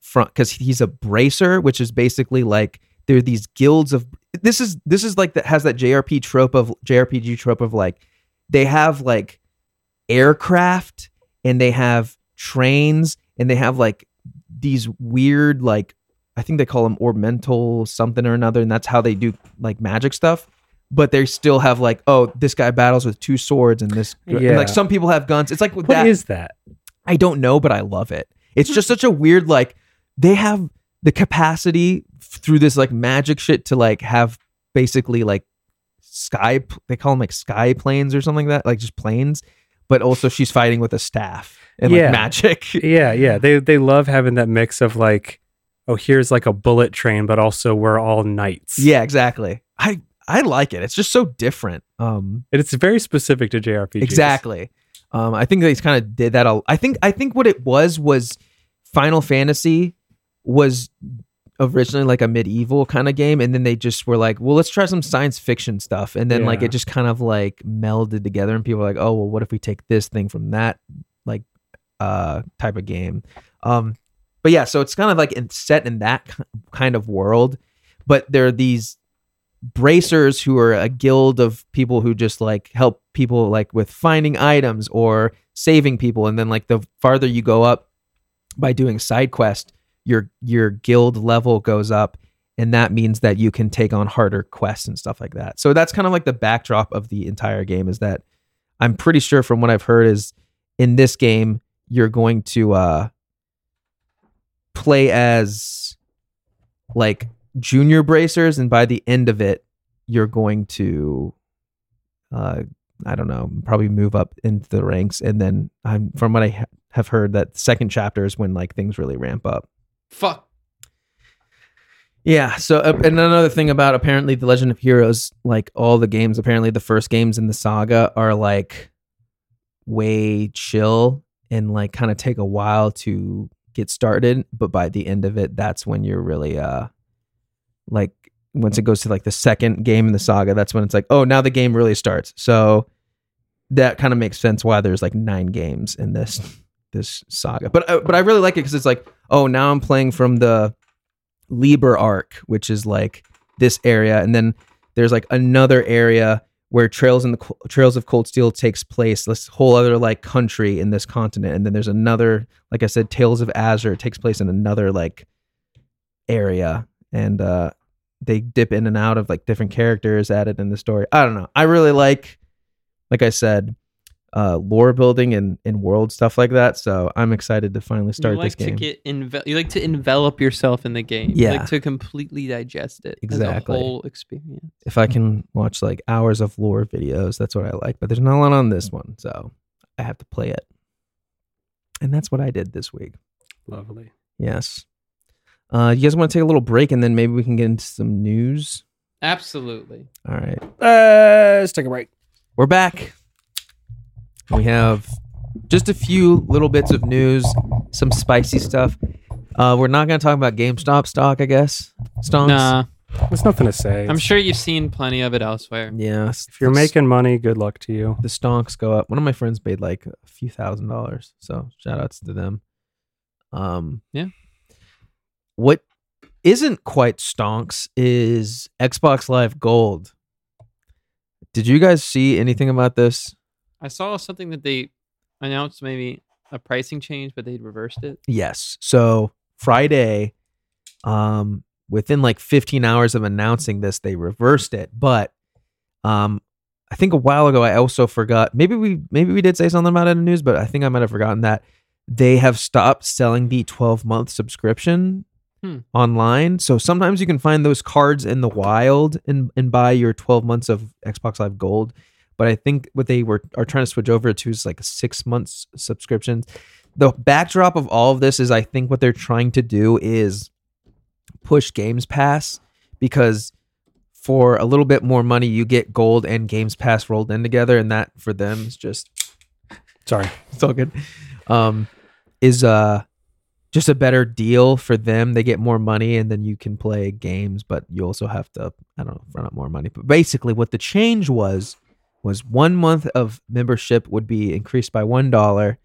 S1: front cuz he's a bracer, which is basically like there are these guilds of this is this is like that has that JRP trope of JRPG trope of like they have like aircraft and they have trains and they have like these weird like I think they call them ornamental something or another, and that's how they do like magic stuff. But they still have like, oh, this guy battles with two swords, and this and,
S2: Yeah.
S1: like some people have guns. It's like with
S2: What
S1: that.
S2: is that?
S1: I don't know, but I love it. It's just such a weird like they have the capacity through this like magic shit to like have basically like sky p- they call them like sky planes or something like that like just planes but also she's fighting with a staff and
S2: Yeah.
S1: like magic
S2: Yeah, yeah. They they love having that mix of like, oh, here's like a bullet train, but also we're all
S1: (laughs)
S2: knights.
S1: yeah exactly i i like it it's just so different um
S2: And it's very specific to JRPGs.
S1: Exactly. Um, I think they kind of did that. A, I think I think what it was was Final Fantasy was originally like a medieval kind of game, and then they just were like, well, let's try some science fiction stuff, and then like
S2: Yeah.
S1: it just kind of like melded together, and people were like, oh, well, what if we take this thing from that like uh type of game? Um, but yeah, so it's kind of like in- set in that ki- kind of world, but there are these bracers who are a guild of people who just like help people like with finding items or saving people and then like the farther you go up by doing side quest your your guild level goes up and that means that you can take on harder quests and stuff like that so that's kind of like the backdrop of the entire game is that i'm pretty sure from what i've heard is in this game you're going to uh play as like junior bracers and by the end of it you're going to uh i don't know probably move up into the ranks and then i'm from what i ha- have heard that second chapter is when like things really ramp up
S3: Fuck.
S1: yeah. So, uh, and another thing about apparently the Legend of Heroes, like all the games, apparently the first games in the saga are like way chill and like kind of take a while to get started. But by the end of it, that's when you're really, uh, like, once it goes to like the second game in the saga, that's when it's like, oh, now the game really starts. So that kind of makes sense why there's like nine games in this this saga. But uh, but I really like it because it's like, oh, now I'm playing from the Lieber Arc, which is like this area, and then there's like another area where Trails in the Co- Trails of Cold Steel takes place. This whole other like country in this continent, and then there's another, like I said, Tales of Azure takes place in another like area, and uh, they dip in and out of like different characters added in the story. I don't know. I really like, like I said. Uh, lore building and, and world stuff like that. So I'm excited to finally start
S3: you like
S1: this game.
S3: to get enve- you like to envelop yourself in the game. You
S1: Yeah.
S3: like to completely digest it.
S1: Exactly.
S3: As a whole experience.
S1: if I can watch like hours of lore videos, that's what I like. But there's not a lot on this one, so I have to play it. And that's what I did this week.
S2: Lovely.
S1: Yes. Uh, you guys want to take a little break and then maybe we can get into some news?
S3: Absolutely.
S1: All right.
S2: Uh, let's take a break.
S1: We're back. We have just a few little bits of news, some spicy stuff. Uh, we're not going to talk about GameStop stock, I guess. Stonks.
S3: Nah,
S2: There's nothing to say.
S3: I'm sure you've seen plenty of it elsewhere.
S1: Yeah.
S2: if you're making money, good luck to you.
S1: the stonks go up. One of my friends made like a few thousand dollars. So shout outs to them. Um
S3: Yeah.
S1: What isn't quite stonks is Xbox Live Gold. Did you guys see anything about this?
S3: I saw something that they announced maybe a pricing change, but they reversed it.
S1: Yes. So Friday, um, within like 15 hours of announcing this, they reversed it. But um, I think a while ago, I also forgot. Maybe we maybe we did say something about it in the news, but I think I might have forgotten that they have stopped selling the 12 month subscription
S3: Hmm.
S1: online. So sometimes you can find those cards in the wild and and buy your 12 months of Xbox Live Gold. But I think what they were are trying to switch over to is like six months subscriptions the backdrop of all of this is I think what they're trying to do is push Games Pass because for a little bit more money you get gold and Games Pass rolled in together and that for them is just
S2: Sorry.
S1: (laughs) it's all good. Um, is uh just a better deal for them. They get more money, and then you can play games, but you also have to I don't know run up more money. But basically, what the change was was one month of membership would be increased by one dollar,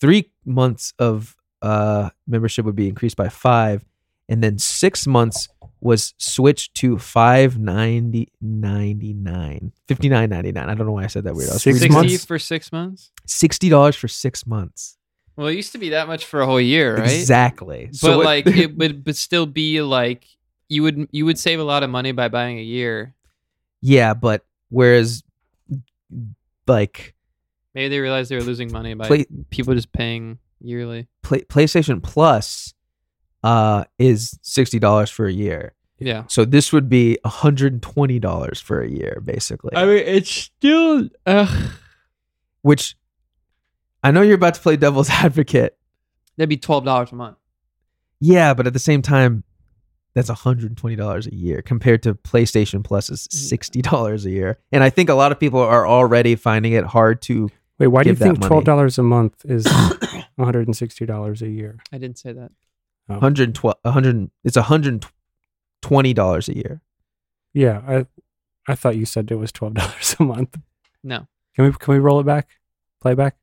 S1: three months of uh membership would be increased by five, and then six months was switched to five ninety ninety nine. Fifty nine ninety nine. I don't know why I said that weird. I was
S2: Six
S1: reading-
S3: Sixty
S2: months?
S3: for six months.
S1: sixty dollars for six months.
S3: Well, it used to be that much for a whole year, right?
S1: Exactly.
S3: But
S1: what-
S3: like it would but still be like you would you would save a lot of money by buying a year.
S1: (laughs) yeah, but whereas, like,
S3: Maybe they realized they were losing money by
S1: play,
S3: people just paying yearly.
S1: play, PlayStation Plus uh, is sixty dollars for a year.
S3: Yeah.
S1: So this would be hundred and twenty dollars for a year, basically.
S3: mean, it's still ugh.
S1: which I know you're about to play devil's (laughs) advocate.
S3: That'd be twelve dollars a month.
S1: Yeah, but at the same time, that's $120 a year compared to PlayStation Plus is $60 a year. And I think a lot of people are already finding it hard to
S2: Wait, why do you
S1: Give that
S2: think
S1: money.
S2: twelve dollars a month (coughs) is one hundred and sixty dollars a year?
S3: I didn't say that.
S1: 112 100 it's $120 a year.
S2: Yeah, I I thought you said it was twelve (laughs) dollars a month.
S3: No.
S2: Can we can we roll it back?
S3: (laughs)
S2: Playback.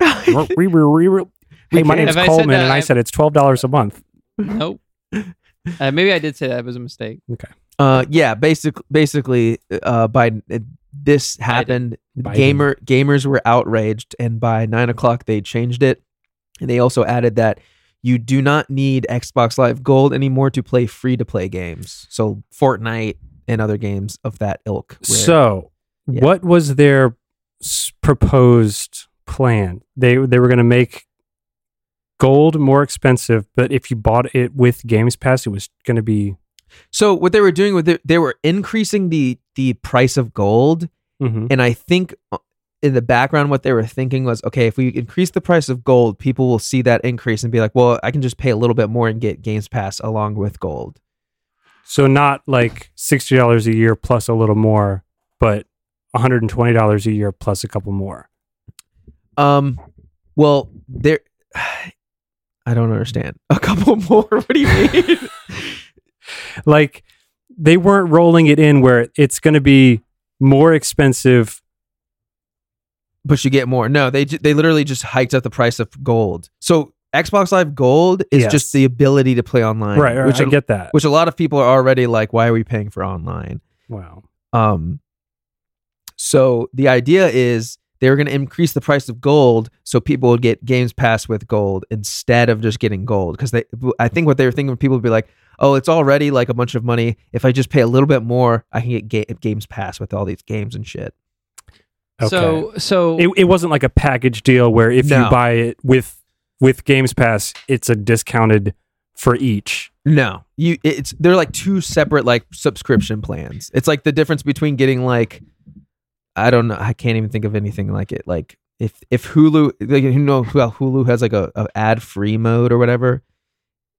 S1: I
S2: Re- re- re- re- hey, my
S3: can't-
S2: name's
S3: If I said
S2: Coleman,
S3: that,
S2: and I
S3: I-
S2: said it's twelve dollars a month.
S3: Nope. Uh, maybe I did say that. It was a mistake.
S1: (laughs) Uh yeah, basic basically uh by uh, this happened
S2: Biden.
S1: gamer gamers were outraged and by 9 o'clock they changed it and they also added that you do not need xbox live gold anymore to play free to play games so fortnite and other games of that ilk where-
S2: So,
S1: Yeah.
S2: what was their s- proposed plan? They they were going to make gold more expensive, but if you bought it with Games Pass, it was going to be
S1: so what they were doing with it they were increasing the the price of gold
S3: Mm-hmm.
S2: mhm.
S1: and i think uh, in the background what they were thinking was okay if we increase the price of gold people will see that increase and be like well i can just pay a little bit more and get games pass along with gold
S2: so not like sixty dollars a year plus a little more, but one hundred and twenty dollars a year plus a couple more.
S1: Um, well, there. (sighs) I don't understand. (laughs) A couple more. What do you
S2: (laughs)
S1: mean?
S2: Like they weren't rolling it in where it's going to be more expensive.
S1: but you get more. No, they ju- they literally just hiked up the price of gold. So Xbox Live Gold is
S2: Yes.
S1: just the ability to play online,
S2: Right, right
S1: Which
S2: I
S1: a-
S2: get that.
S1: which a lot of people are already like, why are we paying for online?
S2: wow.
S1: Um, so the idea is they were going to increase the price of gold so people would get Games Pass with gold instead of just getting gold because they I think what they were thinking people would be like, oh, it's already like a bunch of money. If I just pay a little bit more, I can get ga- Games Pass with all these games and shit.
S3: So so
S2: it, it wasn't like a package deal where if you
S1: No.
S2: buy it with with Games Pass, it's a discounted for each.
S1: No, you it's they're like two separate like subscription plans. It's like the difference between getting like I don't know, I can't even think of anything like it. Like if if Hulu, like, you know, well, Hulu has like a, a ad free mode or whatever.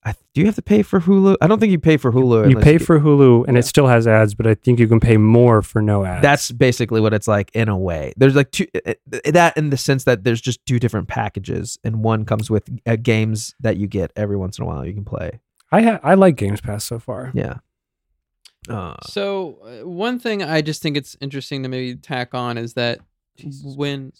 S1: I, do you have to pay for Hulu? I don't think you pay for Hulu.
S2: You
S1: unless
S2: pay for Hulu and it still has ads, but I think you can pay more for no ads.
S1: That's basically what it's like in a way. There's like two eh, eh, that in the sense that there's just two different packages, and one comes with uh, games that you get every once in a while you can play.
S2: I ha- I like Games Pass so far.
S1: Yeah. Uh,
S3: So uh, one thing I just think it's interesting to maybe tack on is that when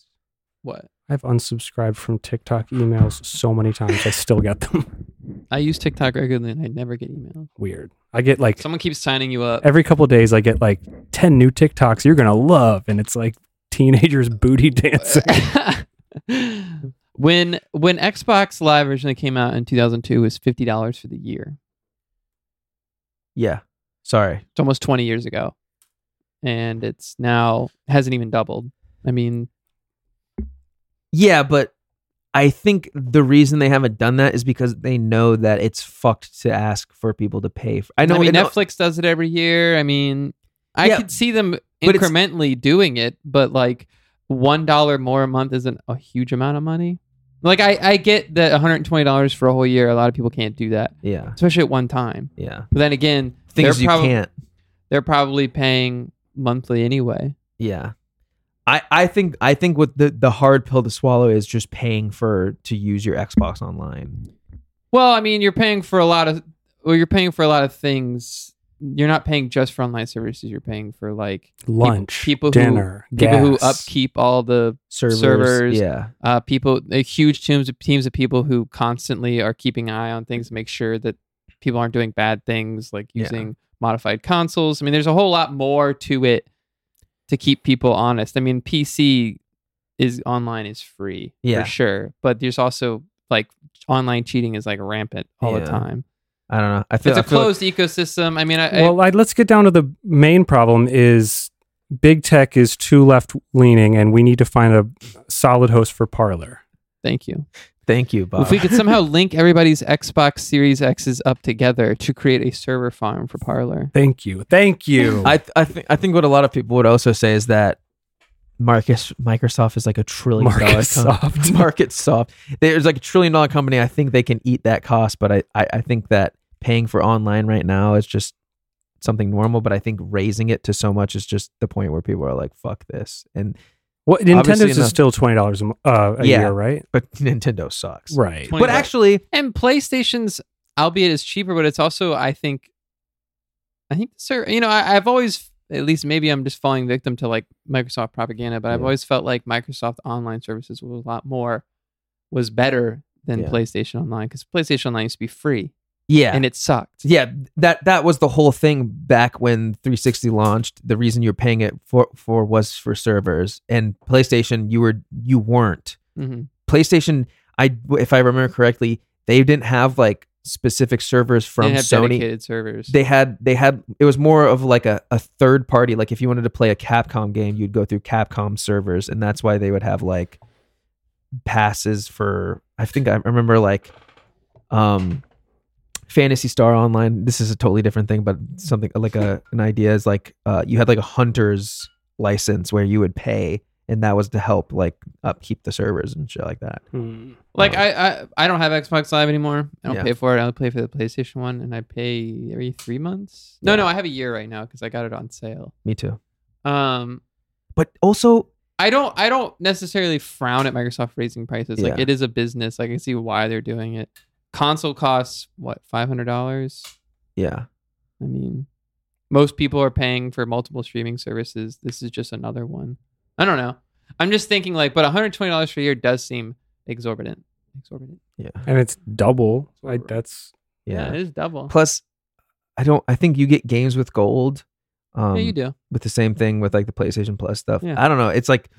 S3: what
S2: I've unsubscribed from TikTok emails so many times. I still get them. (laughs)
S3: I use TikTok regularly and I never get emails.
S2: Weird. I get like
S3: Someone keeps signing you up.
S2: every couple days. I get like ten new TikToks you're gonna love, and it's like teenagers (laughs) booty dancing.
S3: (laughs) when when Xbox Live originally came out in 2002 it was fifty dollars for the year.
S1: yeah. Sorry.
S3: It's almost 20 years ago, and it's now hasn't even doubled. I mean,
S1: Yeah, but I think the reason they haven't done that is because they know that it's fucked to ask for people to pay. For, I
S3: I
S1: know
S3: mean
S1: I know-
S3: Netflix does it every year. I mean, I
S1: Yeah,
S3: could see them
S1: but it's-
S3: incrementally doing it, but like one dollar more a month isn't a huge amount of money. Like I, I get that one hundred and twenty dollars for a whole year. A lot of people can't do that,
S1: Yeah,
S3: especially at one time.
S1: yeah.
S3: But then again,
S1: Things
S3: they're
S1: you
S3: prob-
S1: can't.
S3: They're probably paying monthly anyway.
S1: Yeah. I, I think I think what the, the hard pill to swallow is just paying for to use your Xbox online.
S3: Well, I mean, you're paying for a lot of well, you're paying for a lot of things. You're not paying just for online services. You're paying for like
S2: Lunch,
S3: people who-
S2: dinner,
S3: people who
S2: gas.
S3: upkeep all the
S1: Servers,
S3: Servers.
S1: yeah,
S3: uh, people, uh, huge teams of teams of people who constantly are keeping an eye on things, to make sure that people aren't doing bad things like
S1: Yeah.
S3: using modified consoles. I mean, there's a whole lot more to it to keep people honest. I mean, PC is online is free
S1: Yeah.
S3: for sure, but there's also like online cheating is like rampant all
S1: Yeah.
S3: the time.
S1: I don't know. I feel
S3: It's a
S1: I feel like-
S3: closed ecosystem. I mean, I, I,
S2: well, I, let's get down to the main problem: is big tech is too left leaning, and we need to find a solid host for Parlor.
S3: thank you.
S1: thank you, Bob.
S3: If we could somehow link everybody's Xbox Series X's up together to create a server farm for Parlor,
S2: Thank you, thank
S1: (laughs)
S2: you.
S3: (laughs)
S1: I th- I think I think what a lot of people would also say is that Marcus Microsoft is like a trillion dollar company.
S2: Microsoft.
S3: (laughs)
S1: Market soft. There's like a trillion dollar company. I think they can eat that cost, but I, I, I think that paying for online right now is just something normal. But I think raising it to so much is just the point where people are like, fuck this. And
S2: What
S1: Obviously
S2: Nintendo's
S1: enough.
S2: is still twenty dollars a, m- uh, a
S1: Yeah.
S2: year, right?
S1: but (laughs) Nintendo sucks.
S2: Right.
S3: Twenty
S1: But
S3: bucks.
S1: actually,
S3: and PlayStation's, albeit is cheaper, but it's also I think, I think sir, you know, I, I've always at least maybe I'm just falling victim to like Microsoft propaganda, but I've
S1: Yeah.
S3: always felt like Microsoft online services was a lot more was better than
S1: Yeah.
S3: PlayStation Online because PlayStation Online used to be free
S1: yeah,
S3: and it sucked.
S1: yeah that that was the whole thing back when 360 launched the reason you're paying it for for was for servers and playstation you were you weren't
S3: hmm
S1: playstation i if i remember correctly they didn't have like specific servers
S3: They
S1: from
S3: didn't have
S1: sony
S3: dedicated servers.
S1: they had they had it was more of like a, a third party like if you wanted to play a capcom game you'd go through capcom servers and that's why they would have like passes for i think i remember like um fantasy star online this is a totally different thing but something like a an idea is like uh you had like a hunter's license where you would pay and that was to help like upkeep the servers and shit like that
S3: Like
S1: Um,
S3: I, I, I don't have Xbox Live anymore. I don't
S1: Yeah.
S3: pay for it. I only pay for the PlayStation One, and I pay every three months. No,
S1: Yeah.
S3: no, I have a year right now because I got it on sale.
S1: me too
S3: Um,
S1: but also
S3: I don't, I don't necessarily frown at Microsoft raising prices. Like
S1: Yeah.
S3: it is a business. I can see why they're doing it. Console costs what five hundred dollars.
S1: yeah
S3: I mean, most people are paying for multiple streaming services. This is just another one. I don't know. I'm just thinking like, but one hundred twenty dollars per year does seem exorbitant. Exorbitant.
S1: yeah
S2: And it's double. I, that's
S1: yeah,
S3: it is double.
S1: plus i don't i think you get games with gold um
S3: yeah, you do.
S1: with the same thing with like the playstation plus stuff
S3: Yeah.
S1: i don't know it's like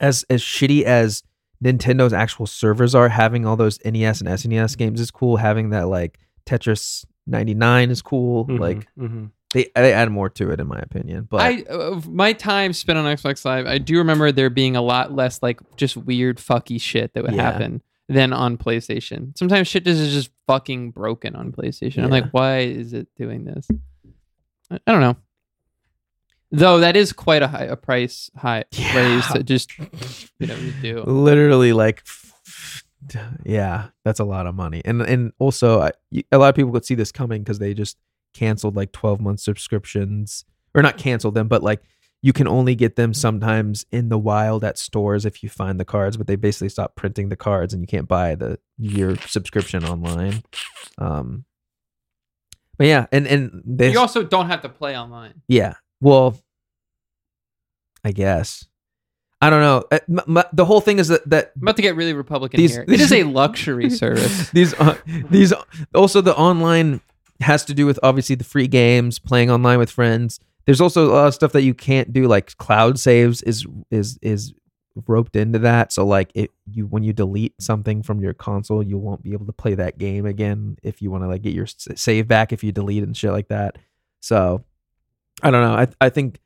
S1: as as shitty as nintendo's actual servers are having all those nes and snes games is cool having that like tetris 99 is cool
S2: mhm,
S1: like
S2: mhm.
S1: they they add more to it in my opinion but
S3: Mm-hmm. I uh, of my time spent on Xbox Live, I do remember there being a lot less like just weird fucky shit that would
S1: Yeah.
S3: happen than on PlayStation. Sometimes shit just is just fucking broken on PlayStation. I'm
S1: Yeah.
S3: like, why is it doing this? I, I don't know. Though that is quite a high a price high
S1: Yeah.
S3: raise to just you know to do.
S1: literally like yeah that's a lot of money and and also I, y- a lot of people could see this coming because they just canceled like 12 month subscriptions or not canceled them but like you can only get them sometimes in the wild at stores if you find the cards but they basically stopped printing the cards and you can't buy the your subscription online um but yeah and and they
S3: You also don't have to play online.
S1: yeah. Well, I guess. I don't know. Uh, m- m- the whole thing is that that
S3: I'm about to get really Republican
S1: These-
S3: here. It
S1: (laughs)
S3: is a luxury service.
S1: these uh, these also the online has to do with obviously the free games, playing online with friends. There's also a lot of stuff that you can't do, like cloud saves is is is roped into that. So like it you when you delete something from your console, you won't be able to play that game again if you want to like get your s- save back if you delete and shit like that. So I don't know. I I think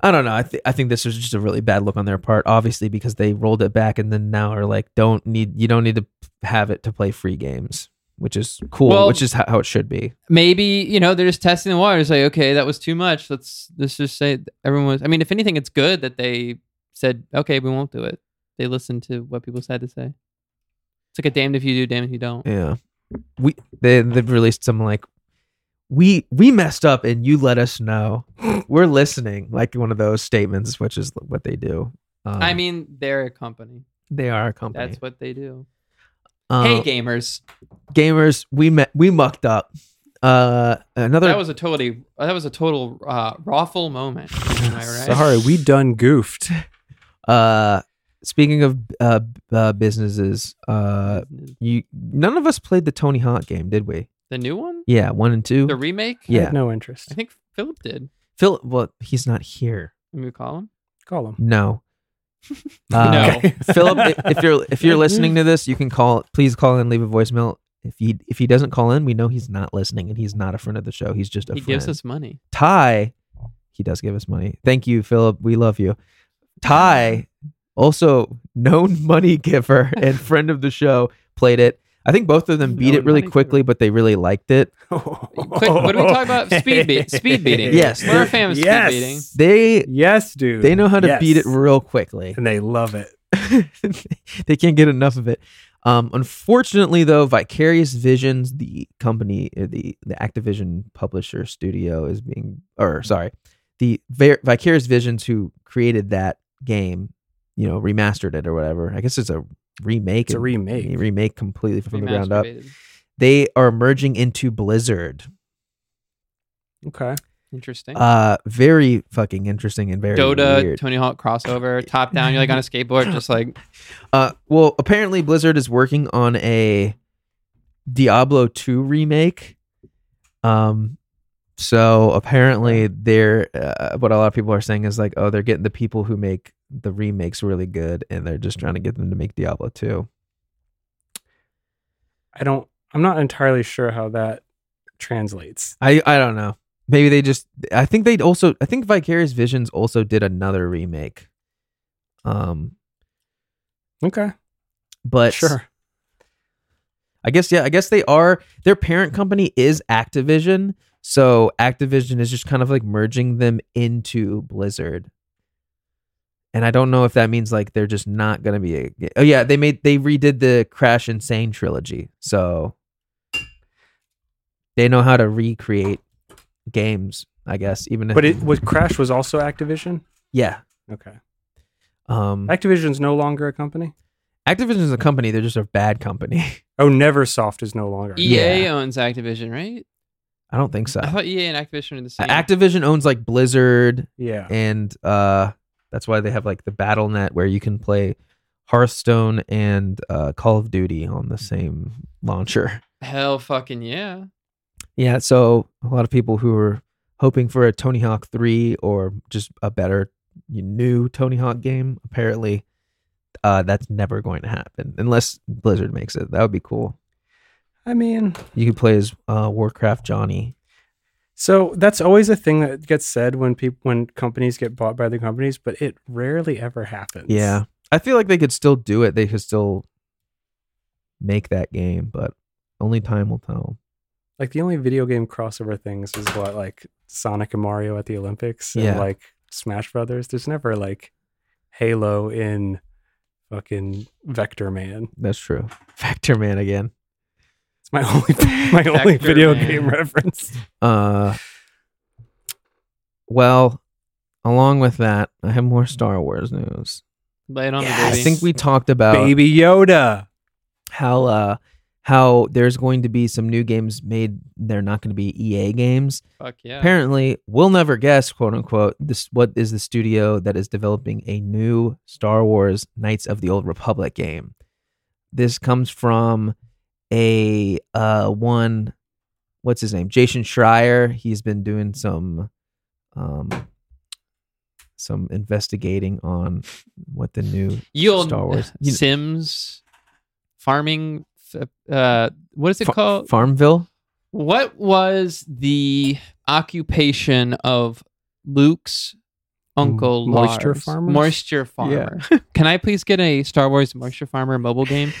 S1: I don't know. I, th- I think this was just a really bad look on their part, obviously, because they rolled it back and then now are like, don't need you don't need to have it to play free games, which is cool,
S3: Well-
S1: which is ho- how it should be.
S3: maybe you know they're just testing the waters like okay that was too much let's let's just say everyone was i mean if anything it's good that they said okay we won't do it they listened to what people said to say it's like a damned if you do damned if you don't
S1: Yeah, we they they've released some like we we messed up and you let us
S3: (laughs)
S1: know we're listening, like one of those statements, which is what they do. Um,
S3: i mean they're a company
S1: they are a company.
S3: that's what they do
S1: Um,
S3: hey gamers
S1: gamers, we met we mucked up. Uh, another
S3: that was a totally that was a total uh raffle moment am i right
S2: sorry. We done goofed.
S1: Uh, speaking of uh, b- uh businesses, uh, you none of us played the Tony Hawk game, did we?
S3: the new one
S1: Yeah, one and two.
S3: the remake
S2: I
S1: yeah,
S2: had no
S3: i
S2: interest.
S3: think philip did
S1: Phil. Well, he's not here.
S3: Let me call him
S2: Call him.
S1: No, Uh,
S3: No.
S2: Okay.
S1: (laughs) Philip, i- if you're if you're listening to this, you can call. Please call and leave a voicemail. If he if he doesn't call in, we know he's not listening and he's not a friend of the show. He's just a
S3: He
S1: friend.
S3: gives us money.
S1: Ty, he does give us money. Thank you, Philip. We love you. Ty, also known money giver and friend of the show, played it. I think both of them beat
S3: Known
S1: it really
S3: money
S1: quickly, but they really liked it.
S3: (laughs) Quick, what do we talk about?
S1: (laughs)
S3: Speed beat- speed beating.
S1: Yes.
S3: We're a fan of speed
S2: yes.
S3: beating.
S1: They
S2: Yes, dude.
S1: they know how to
S2: Yes.
S1: beat it real quickly.
S2: and they love it.
S1: (laughs) they can't get enough of it. Um, unfortunately, though, Vicarious Visions, the company, uh, the the Activision publisher studio, is being, or sorry, the Ver- Vicarious Visions who created that game, you know, remastered it or whatever. I guess it's a remake.
S2: It's a remake.
S1: remake completely from the ground up.
S3: Remasturbated.
S1: They are merging into Blizzard.
S2: Okay.
S3: Interesting.
S1: Uh, very fucking interesting and very
S3: Dota,
S1: weird.
S3: Tony Hawk crossover, top down. You're like on a skateboard,
S1: (laughs)
S3: just like
S1: Uh, well, apparently Blizzard is working on a Diablo 2 remake. Um, so apparently they're uh, what a lot of people are saying is like, oh, they're getting the people who make the remakes really good, and they're just trying to get them to make Diablo 2.
S2: I don't. I'm not entirely sure how that translates.
S1: I I don't know. Maybe they just. I think they also. I think Vicarious Visions also did another remake. Um,
S2: Okay.
S1: but
S2: sure.
S1: I guess yeah. I guess they are. Their parent company is Activision, so Activision is just kind of like merging them into Blizzard. And I don't know if that means like they're just not gonna be. A, oh yeah, they made they redid the Crash Insane trilogy, so they know how to recreate games. I guess even if
S2: But it was Crash was also Activision.
S1: yeah.
S2: Okay.
S1: Um,
S2: Activision's no longer a company.
S1: Activision is a company; they're just a bad company. (laughs)
S2: Oh, NeverSoft is no longer. a company.
S3: EA
S1: Yeah.
S3: E
S1: Uh,
S3: owns Activision, right?
S1: I don't think so.
S3: I thought EA and Activision are the same.
S1: Activision owns like Blizzard
S2: Yeah.
S1: and uh that's why they have like the battle net where you can play Hearthstone and uh Call of Duty on the same launcher.
S3: Hell fucking yeah.
S1: Yeah, so a lot of people who are hoping for a Tony Hawk 3 or just a better new Tony Hawk game, apparently uh that's never going to happen unless Blizzard makes it. That would be cool.
S2: I mean,
S1: You could play as uh Warcraft Johnny.
S2: so that's always a thing that gets said when people when companies get bought by the companies, but it rarely ever happens.
S1: Yeah. I feel like they could still do it. They could still make that game, but only time will tell.
S2: Like the only video game crossover things is what like Sonic and Mario at the Olympics and
S1: Yeah.
S2: like Smash Brothers. There's never like Halo in fucking Vector Man.
S1: That's true. Factor Man again.
S2: It's my (laughs) only my only
S3: Vector
S2: video
S3: Man.
S2: game (laughs) reference.
S1: Uh well, along with that, I have more Star Wars news.
S3: Lay it on
S2: Yes.
S3: me, baby.
S1: I think we talked about
S2: Baby Yoda.
S1: how uh how there's going to be some new games made they're not going to be EA games.
S3: Fuck yeah.
S1: Apparently, we'll never guess, quote unquote, this what is the studio that is developing a new Star Wars Knights of the Old Republic game. This comes from a uh one what's his name? Jason Schreier. He's been doing some um some investigating on what the new
S3: You'll
S1: Star
S3: (laughs)
S1: Wars. You-
S3: Sims farming. f- Uh, what is it
S1: Fa-
S3: called?
S1: Farmville?
S3: What was the occupation of Luke's uncle?
S2: M- moisture
S3: Lars?
S2: farmers?
S1: (laughs)
S3: Moisture farmer. Can I please get a Star Wars moisture farmer mobile game?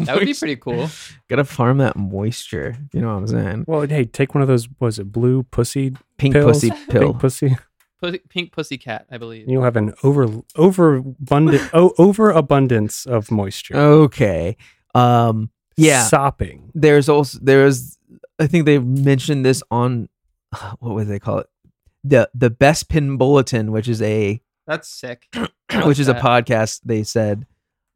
S3: That would be pretty cool.
S1: (laughs) Gotta farm that moisture. You know what I'm saying?
S2: Well, hey, take one of those. Was it blue pussy
S1: Pink
S2: Pills.
S1: pussy pill.
S2: pink pussy?
S3: Pussy, pink pussy cat, I believe.
S2: You'll have an over
S1: (laughs)
S2: overabundant oh, overabundance of moisture.
S1: okay. Um Oh, yeah.
S2: sopping.
S1: there's also there's I think they mentioned this on (sighs) what would they call it the the best pin bulletin, which is a (clears throat)
S3: That's sick.
S1: which is a
S3: that.
S1: podcast. They said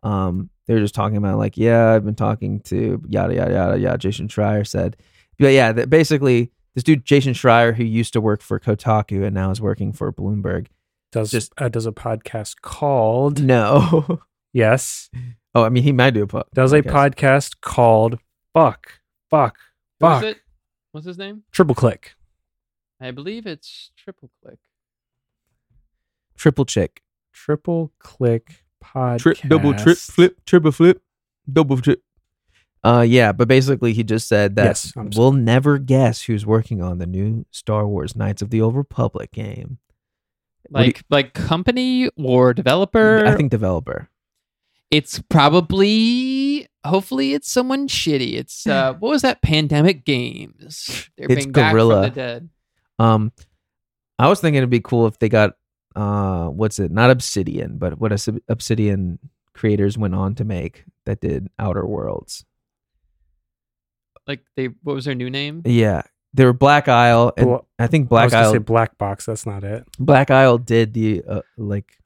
S1: um they're just talking about like yeah I've been talking to yada yada yada yada. Jason Schreier said, but yeah, that basically this dude Jason Schreier who used to work for Kotaku and now is working for Bloomberg.
S2: Does
S1: Just-
S2: uh, does a podcast called
S1: No, (laughs)
S2: yes?
S1: oh I mean he might do a podcast.
S2: Does a podcast called Fuck Fuck
S3: Who is
S2: Fuck
S3: it? What's his name?
S2: Triple Click?
S3: I believe it's Triple Click.
S1: triple chick
S2: Triple click podcast.
S4: Trip, double trip, flip, triple flip, double trip.
S1: Uh, yeah, but basically he just said that
S2: Yes, I'm sorry.
S1: we'll never guess who's working on the new Star Wars Knights of the Old Republic game. What do you-
S3: Like like company or developer.
S1: I think developer.
S3: it's probably hopefully it's someone shitty.
S1: (sighs)
S3: It's uh what was that pandemic games? They're
S1: It's
S3: being back
S1: Guerrilla.
S3: from the dead.
S1: Um, I was thinking it'd be cool if they got uh, what's it? Not Obsidian, but what Obs- Obsidian creators went on to make that did Outer Worlds.
S3: Like they what was their new name?
S1: Yeah, they were Black Isle, and
S2: Bla-
S1: I think
S2: I
S1: Black
S2: was gonna
S1: Isle
S2: say black box. That's not it.
S1: Black Isle did the uh, like,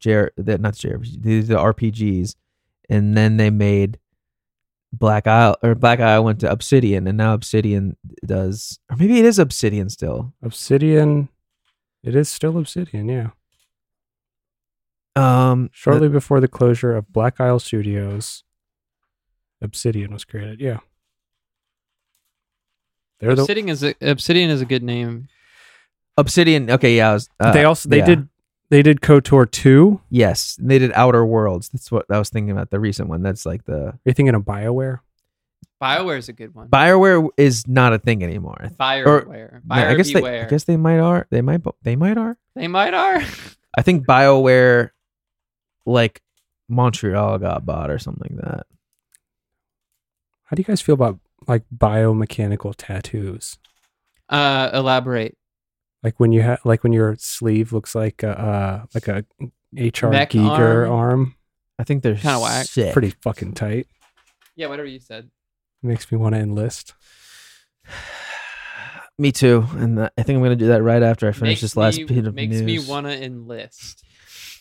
S1: Jer that not JRPG, the, the RPGs, and then they made Black Isle or Black Isle went to Obsidian, and now Obsidian does, or maybe it is Obsidian still.
S2: Obsidian. It is still Obsidian. Yeah.
S1: Um,
S2: Shortly before the closure of Black Isle Studios, Obsidian was created. Yeah. They're the,
S3: Obsidian is a, Obsidian is a good name.
S1: Obsidian. Okay, yeah, I was, uh,
S2: they also they
S1: yeah.
S2: did they did KOTOR 2.
S1: Yes, and they did Outer Worlds. That's what I was thinking about the recent one. That's like the
S2: Are you thinking of BioWare?
S3: Bioware is a good one.
S1: Bioware is not a thing anymore. I th- or-
S3: Fireware.
S1: no,
S3: Buyer
S1: I guess
S3: beware.
S1: they I guess they might are. They might bo- they might are.
S3: they might are. (laughs)
S1: I think BioWare like Montreal got bought or something like that.
S2: How do you guys feel about like biomechanical tattoos?
S3: Uh elaborate.
S2: Like when you have like when your sleeve looks like a uh, like a HR
S3: Mech
S2: Giger
S3: arm?
S2: arm.
S1: I think they're
S3: Kinda whack.
S1: sick.
S2: Pretty fucking tight.
S3: Yeah, whatever you said.
S2: Makes me want to enlist.
S1: Me too. And uh, I think I'm gonna do that right after I finish
S3: Makes
S1: this last
S3: me-
S1: bit of
S3: makes
S1: news.
S3: me wanna enlist.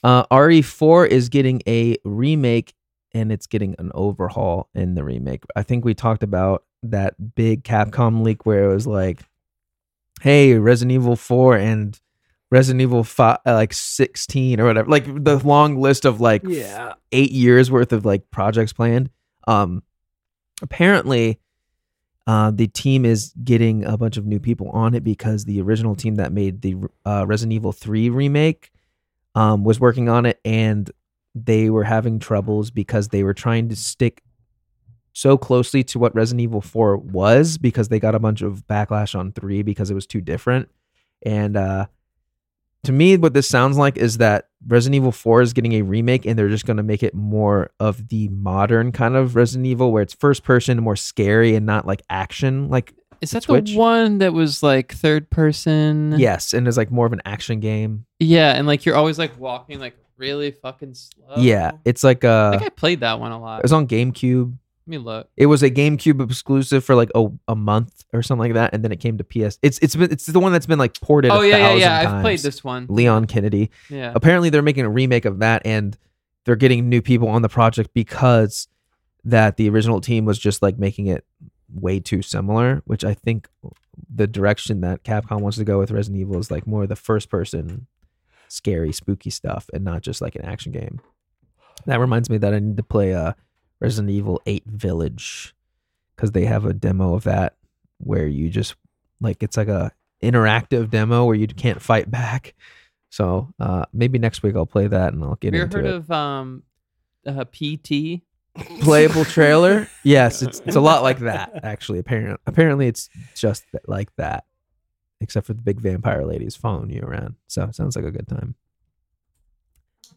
S1: uh, RE4 is getting a remake and it's getting an overhaul in the remake. I think we talked about that big Capcom leak where it was like, "Hey, Resident Evil 4 and Resident Evil 5, uh, like 16 or whatever, like the long list of like eight years worth of like projects planned. Um, apparently, uh, the team is getting a bunch of new people on it because the original team that made the uh, Resident Evil 3 remake um, was working on it and they were having troubles because they were trying to stick so closely to what Resident Evil 4 was because they got a bunch of backlash on 3 because it was too different. And uh, to me, what this sounds like is that Resident Evil 4 is getting a remake and they're just going to make it more of the modern kind of Resident Evil where it's first person, more scary, and not like action. Like,
S3: Is that
S1: Switch?
S3: the one that was like third person?
S1: yes, and it's like more of an action game.
S3: Yeah, and like you're always like walking like really fucking slow.
S1: Yeah, it's like
S3: Oh. I
S1: uh,
S3: think I played that one a lot.
S1: it was on GameCube.
S3: Let me look.
S1: It was a GameCube exclusive for like a, a month or something like that, and then it came to PS. It's it's been it's the one that's been like ported.
S3: Oh
S1: a
S3: yeah, yeah,
S1: thousand
S3: yeah. I've played
S1: times.
S3: this one.
S1: Leon Kennedy.
S3: Yeah.
S1: apparently they're making a remake of that and they're getting new people on the project because that the original team was just like making it way too similar which i think the direction that capcom wants to go with resident evil is like more the first person scary spooky stuff and not just like an action game that reminds me that i need to play uh, resident evil 8 village because they have a demo of that where you just like it's like a interactive demo where you can't fight back so uh maybe next week i'll play that and i'll get
S3: Have you
S1: into
S3: ever heard
S1: it
S3: of um, uh, PT? (laughs)
S1: playable trailer. Yes, it's it's a lot like that actually. Apparently, apparently it's just th- like that, except for the big vampire ladies following you around. So it sounds like a good time.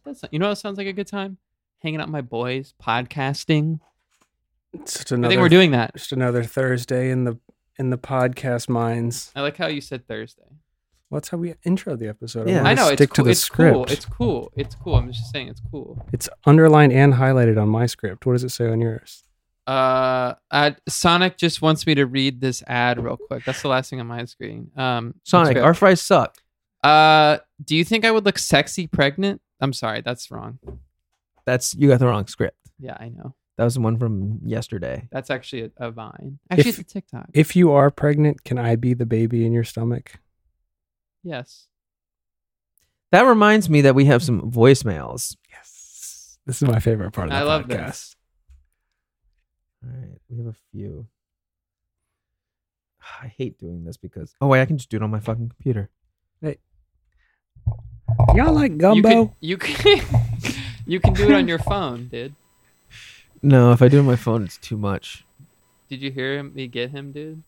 S3: That's not, you know what sounds like a good time? Hanging out with my boys, podcasting.
S2: Just
S3: I think we're doing that.
S2: just another Thursday in the in the podcast minds.
S3: I like how you said Thursday.
S2: Well, that's how we intro the episode.
S1: Yeah.
S2: wanna
S3: I know it's
S2: Stick
S3: cool.
S2: to the
S3: it's
S2: script.
S3: cool. It's cool. It's cool. I'm just saying it's cool.
S2: It's underlined and highlighted on my script. What does it say on yours?
S3: Uh, I, Sonic just wants me to read this ad real quick. That's the last thing on my screen. Um, let's
S1: Sonic,
S3: go.
S1: our fries suck.
S3: uh, do you think I would look sexy pregnant? I'm sorry, that's wrong.
S1: That's you got the wrong script.
S3: Yeah, I know.
S1: That was the one from yesterday.
S3: That's actually a, a Vine. Actually,
S2: If-
S3: it's a TikTok.
S2: If you are pregnant, can I be the baby in your stomach?
S3: yes.
S1: That reminds me that we have some voicemails.
S2: Yes. This is my favorite part of the
S3: I love
S2: podcast.
S3: this.
S1: All right, we have a few. (sighs) I hate doing this because oh wait, I can just do it on my fucking computer.
S2: Y'all like
S3: You can, you can (laughs) you can do it on your phone, dude.
S1: No, if I do it on my phone, it's too much.
S3: Did you hear him? Me get him, dude.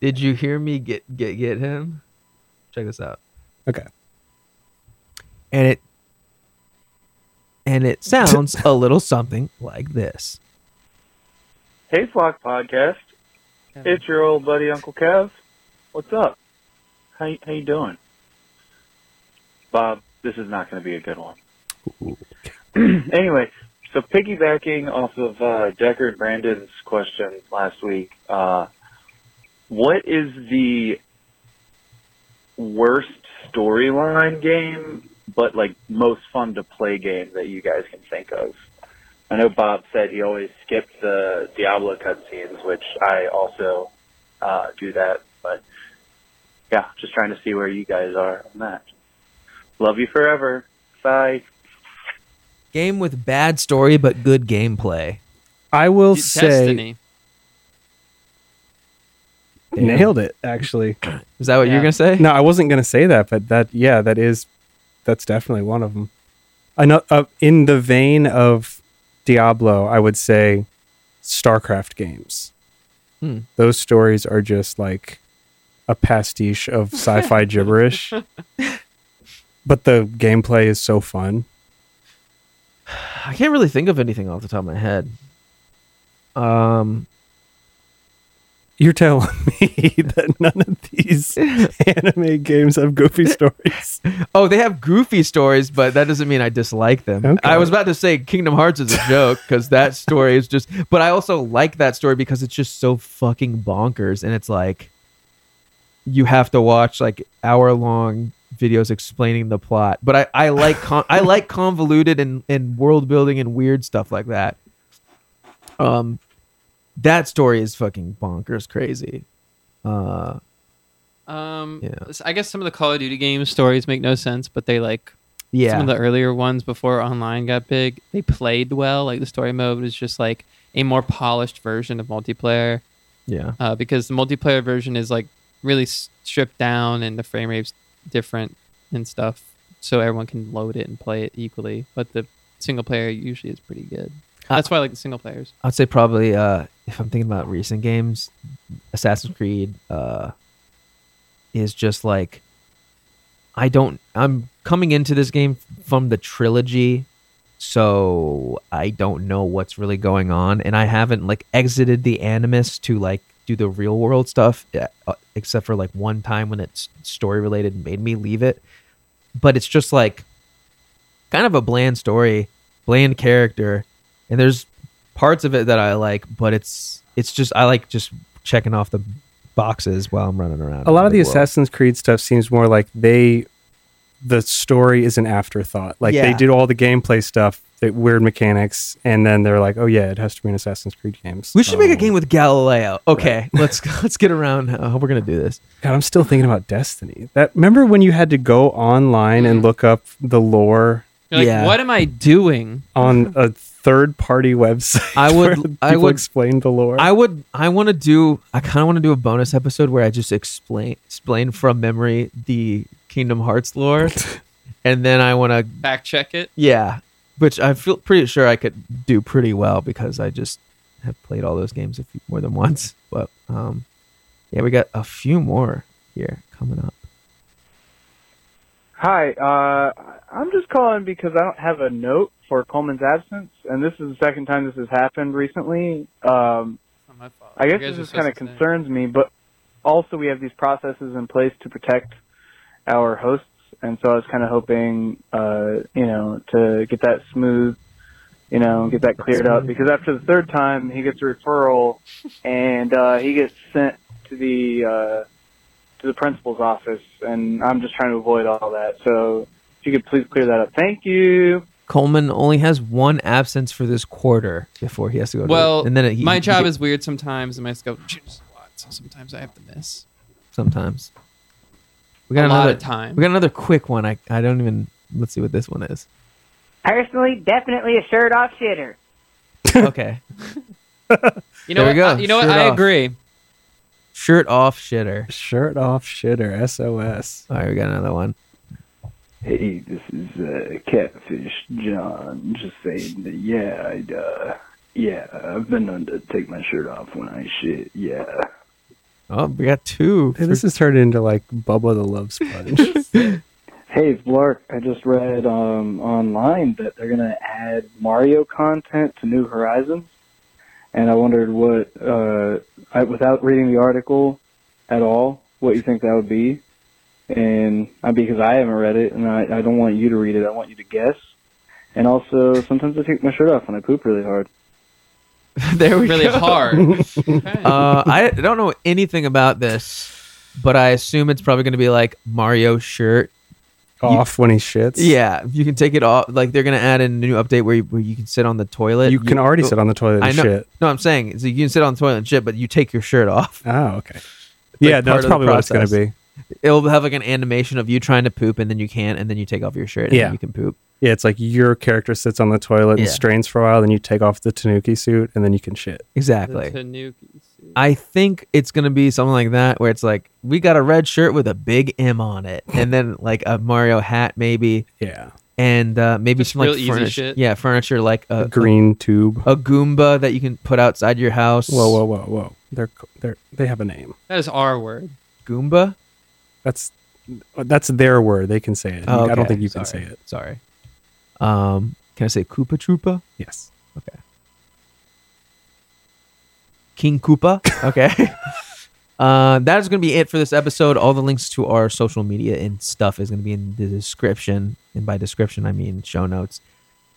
S1: Did you hear me get get get him? Check this out.
S2: Okay.
S1: And it and
S2: (laughs)
S1: it sounds a little something like this.
S5: Hey, Flock Podcast. It's your old buddy Uncle Kev. What's up? How y- how you doing, Bob? This is not going to be a good one. (clears throat) anyway, so piggybacking off of uh, Decker and Brandon's question last week, uh, what is the worst storyline game, but like most fun to play game that you guys can think of? I know Bob said he always skipped the Diablo cutscenes, which I also uh, do that. But yeah, just trying to see where you guys are on that. Love you forever. Bye.
S1: Game with bad story but good gameplay.
S2: I will
S3: Dude,
S2: say
S3: Destiny.
S2: nailed it actually.
S1: Is that what
S3: Yeah.
S1: you're gonna say?
S2: No, I wasn't going to say that, but that yeah, that is that's definitely one of them. I know uh, in the vein of Diablo, I would say StarCraft games.
S1: Hmm.
S2: Those stories are just like a pastiche of sci-fi gibberish. But the gameplay is so fun.
S1: I can't really think of anything off the top of my head. Um
S2: You're telling (laughs) me that none of these anime games have goofy stories.
S1: Oh, they have goofy stories, but that doesn't mean I dislike them.
S2: Okay.
S1: I was about to say Kingdom Hearts is a joke because that story is just, but I also like that story because it's just so fucking bonkers. And it's like, you have to watch like hour long videos explaining the plot. But I, I like, con- I like convoluted and, and world building and weird stuff like that. Um, that story is fucking bonkers crazy. Uh,
S3: Um,
S1: Yeah.
S3: s- I guess some of the Call of Duty game stories make no sense, but they like
S1: yeah.
S3: some of the earlier ones before online got big. They played well. Like the story mode was just like a more polished version of multiplayer
S1: yeah.
S3: uh, because the multiplayer version is like really s- stripped down and the frame rate's different and stuff, so everyone can load it and play it equally. But the single player usually is pretty good.
S1: Uh,
S3: That's why I like the single players.
S1: I'd say probably uh, if I'm thinking about recent games, Assassin's Creed uh, is just like I don't. I'm coming into this game from the trilogy, so I don't know what's really going on, and I haven't like exited the Animus to like do the real world stuff, uh, uh, except for like one time when it's story related and made me leave it. But it's just like kind of a bland story, bland character, and there's parts of it that I like, but it's it's just I like just checking off the boxes while I'm running around.
S2: a lot of the
S1: world.
S2: Assassin's Creed stuff seems more like they the story is an afterthought. Like they
S1: Yeah.
S2: did all the gameplay stuff, the weird mechanics, and then they're like, "Oh yeah, it has to be an Assassin's Creed game."
S1: We should
S3: Oh.
S1: make a
S2: So-
S1: game with Galileo. Okay, (laughs) let's let's get around how we're gonna do this.
S2: God, I'm still thinking about Destiny. That remember when you had to go online
S1: Mm.
S2: and look up the lore
S3: You're like,
S1: Yeah.
S3: what am I doing?
S2: on a third-party website?
S1: Mm-hmm. I
S2: (laughs) where
S1: would-
S2: people
S1: I would-
S2: explain the lore.
S1: I would. I want to do. I kind of want to do a bonus episode where I just explain explain from memory the Kingdom Hearts
S3: (laughs)
S1: lore, and then I want to.
S3: Fact check it.
S1: Yeah, which I feel pretty sure I could do pretty well because I just have played all those games a few, more than once. But um, yeah, we got a few more here coming up.
S5: Hi, uh, I'm just calling because I don't have a note for Coleman's absence, and this is the second time this has happened recently. Um,
S3: Oh, my fault.
S5: I
S3: You guys
S5: guess this
S3: are
S5: just
S3: supposed
S5: kind of
S3: to say.
S5: concerns me, but also we have these processes in place to protect our hosts, and so I was kind of hoping, uh, you know, to get that smooth, you know, get that cleared up because after the third time he gets
S3: (laughs)
S5: a referral, and uh, he gets sent to the uh, to the principal's office, and I'm just trying to avoid all that. So if you could please clear that up, thank you.
S1: Coleman only has one absence for this quarter before he has to go.
S3: Well,
S1: to, and then it- he,
S3: my
S1: he
S3: job
S1: get-
S3: is weird sometimes, and my scope changes a lot. So sometimes I have to miss
S1: sometimes. We
S3: a
S1: got
S3: lot
S1: another
S3: of time.
S1: We got another quick one. I I don't even. Let's see what this one
S3: (laughs)
S1: is.
S6: Personally, definitely a shirt off shitter.
S1: okay,
S3: you
S1: There
S3: know what?
S1: we go.
S3: I, you know what?
S1: Shirt
S3: I
S1: off.
S3: agree.
S1: shirt off shitter.
S2: shirt off shitter SOS.
S1: All right, we got another one.
S7: Hey, this is uh, Catfish John. Just saying that, yeah, I, uh, yeah, I've been known to take my shirt off when I shit. Yeah.
S1: Oh, we got two.
S2: Hey, this is turning into like Bubba the Love Sponge.
S7: Hey, Blark, I just read um, online that they're going to add Mario content to New Horizons. And I wondered what, uh, I, without reading the article at all, what you think that would be. And uh, because I haven't read it, and I, I don't want you to read it, I want you to guess. And also, sometimes I take my shirt off when I poop really hard.
S1: (laughs) there we (laughs)
S3: Really
S1: go.
S3: hard. Okay.
S1: uh, I don't know anything about this, but I assume it's probably going to be like Mario shirt.
S2: Off when he shits.
S1: Yeah, you can take it off. Like they're going to add in a new update where you, where you can sit on the toilet.
S2: You can already sit on the toilet
S1: I
S2: and
S1: know.
S2: shit.
S1: No, I'm saying so you can sit on the toilet and shit, but you take your shirt off. (laughs)
S2: Oh, okay. yeah,
S1: like,
S2: no,
S1: part of
S2: that's
S1: the
S2: probably what it's going
S1: process.
S2: to be.
S1: It'll have like an animation of you trying to poop and then you can't, and then you take off your shirt and
S2: Yeah.
S1: then you can poop.
S2: Yeah, it's like your character sits on the toilet and
S1: Yeah.
S2: strains for a while, then you take off the tanuki suit, and then you can shit.
S1: Exactly.
S3: The Tanuki suit.
S1: I think it's gonna be something like that, where it's like we got a red shirt with a big M on it, and then like a Mario hat maybe,
S2: Yeah.
S1: and uh, maybe
S3: Just
S1: some like
S3: real easy
S1: furniture.
S3: shit.
S1: Yeah, furniture like a,
S2: A green tube.
S1: a, Goomba that you can put outside your house.
S2: Whoa, whoa, whoa, whoa. They're co- they're they have a name.
S3: That is our word.
S1: Goomba.
S2: That's that's their word. They can say it.
S1: Oh,
S2: I don't
S1: okay.
S2: think you
S1: Sorry.
S2: can say it.
S1: Sorry. Um, can I say Koopa Troopa?
S2: Yes.
S1: King
S2: (laughs)
S1: Koopa. Okay. uh, that is going to be it for this episode. All the links to our social media and stuff is going to be in the description. And by description, I mean show notes.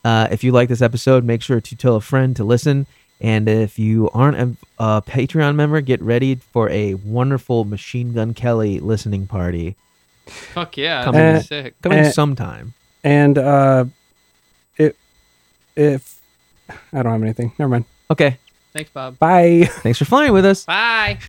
S1: Uh, if you like this episode, make sure to tell a friend to listen. And if you aren't a, a Patreon member, get ready for a wonderful Machine Gun Kelly listening party
S3: Fuck yeah.
S1: Coming.
S3: That's sick.
S1: coming
S2: Eh.
S1: sometime.
S2: And uh it if I don't have anything. Never mind.
S1: Okay.
S3: Thanks, Bob.
S2: Bye.
S1: Thanks for flying with us.
S3: Bye.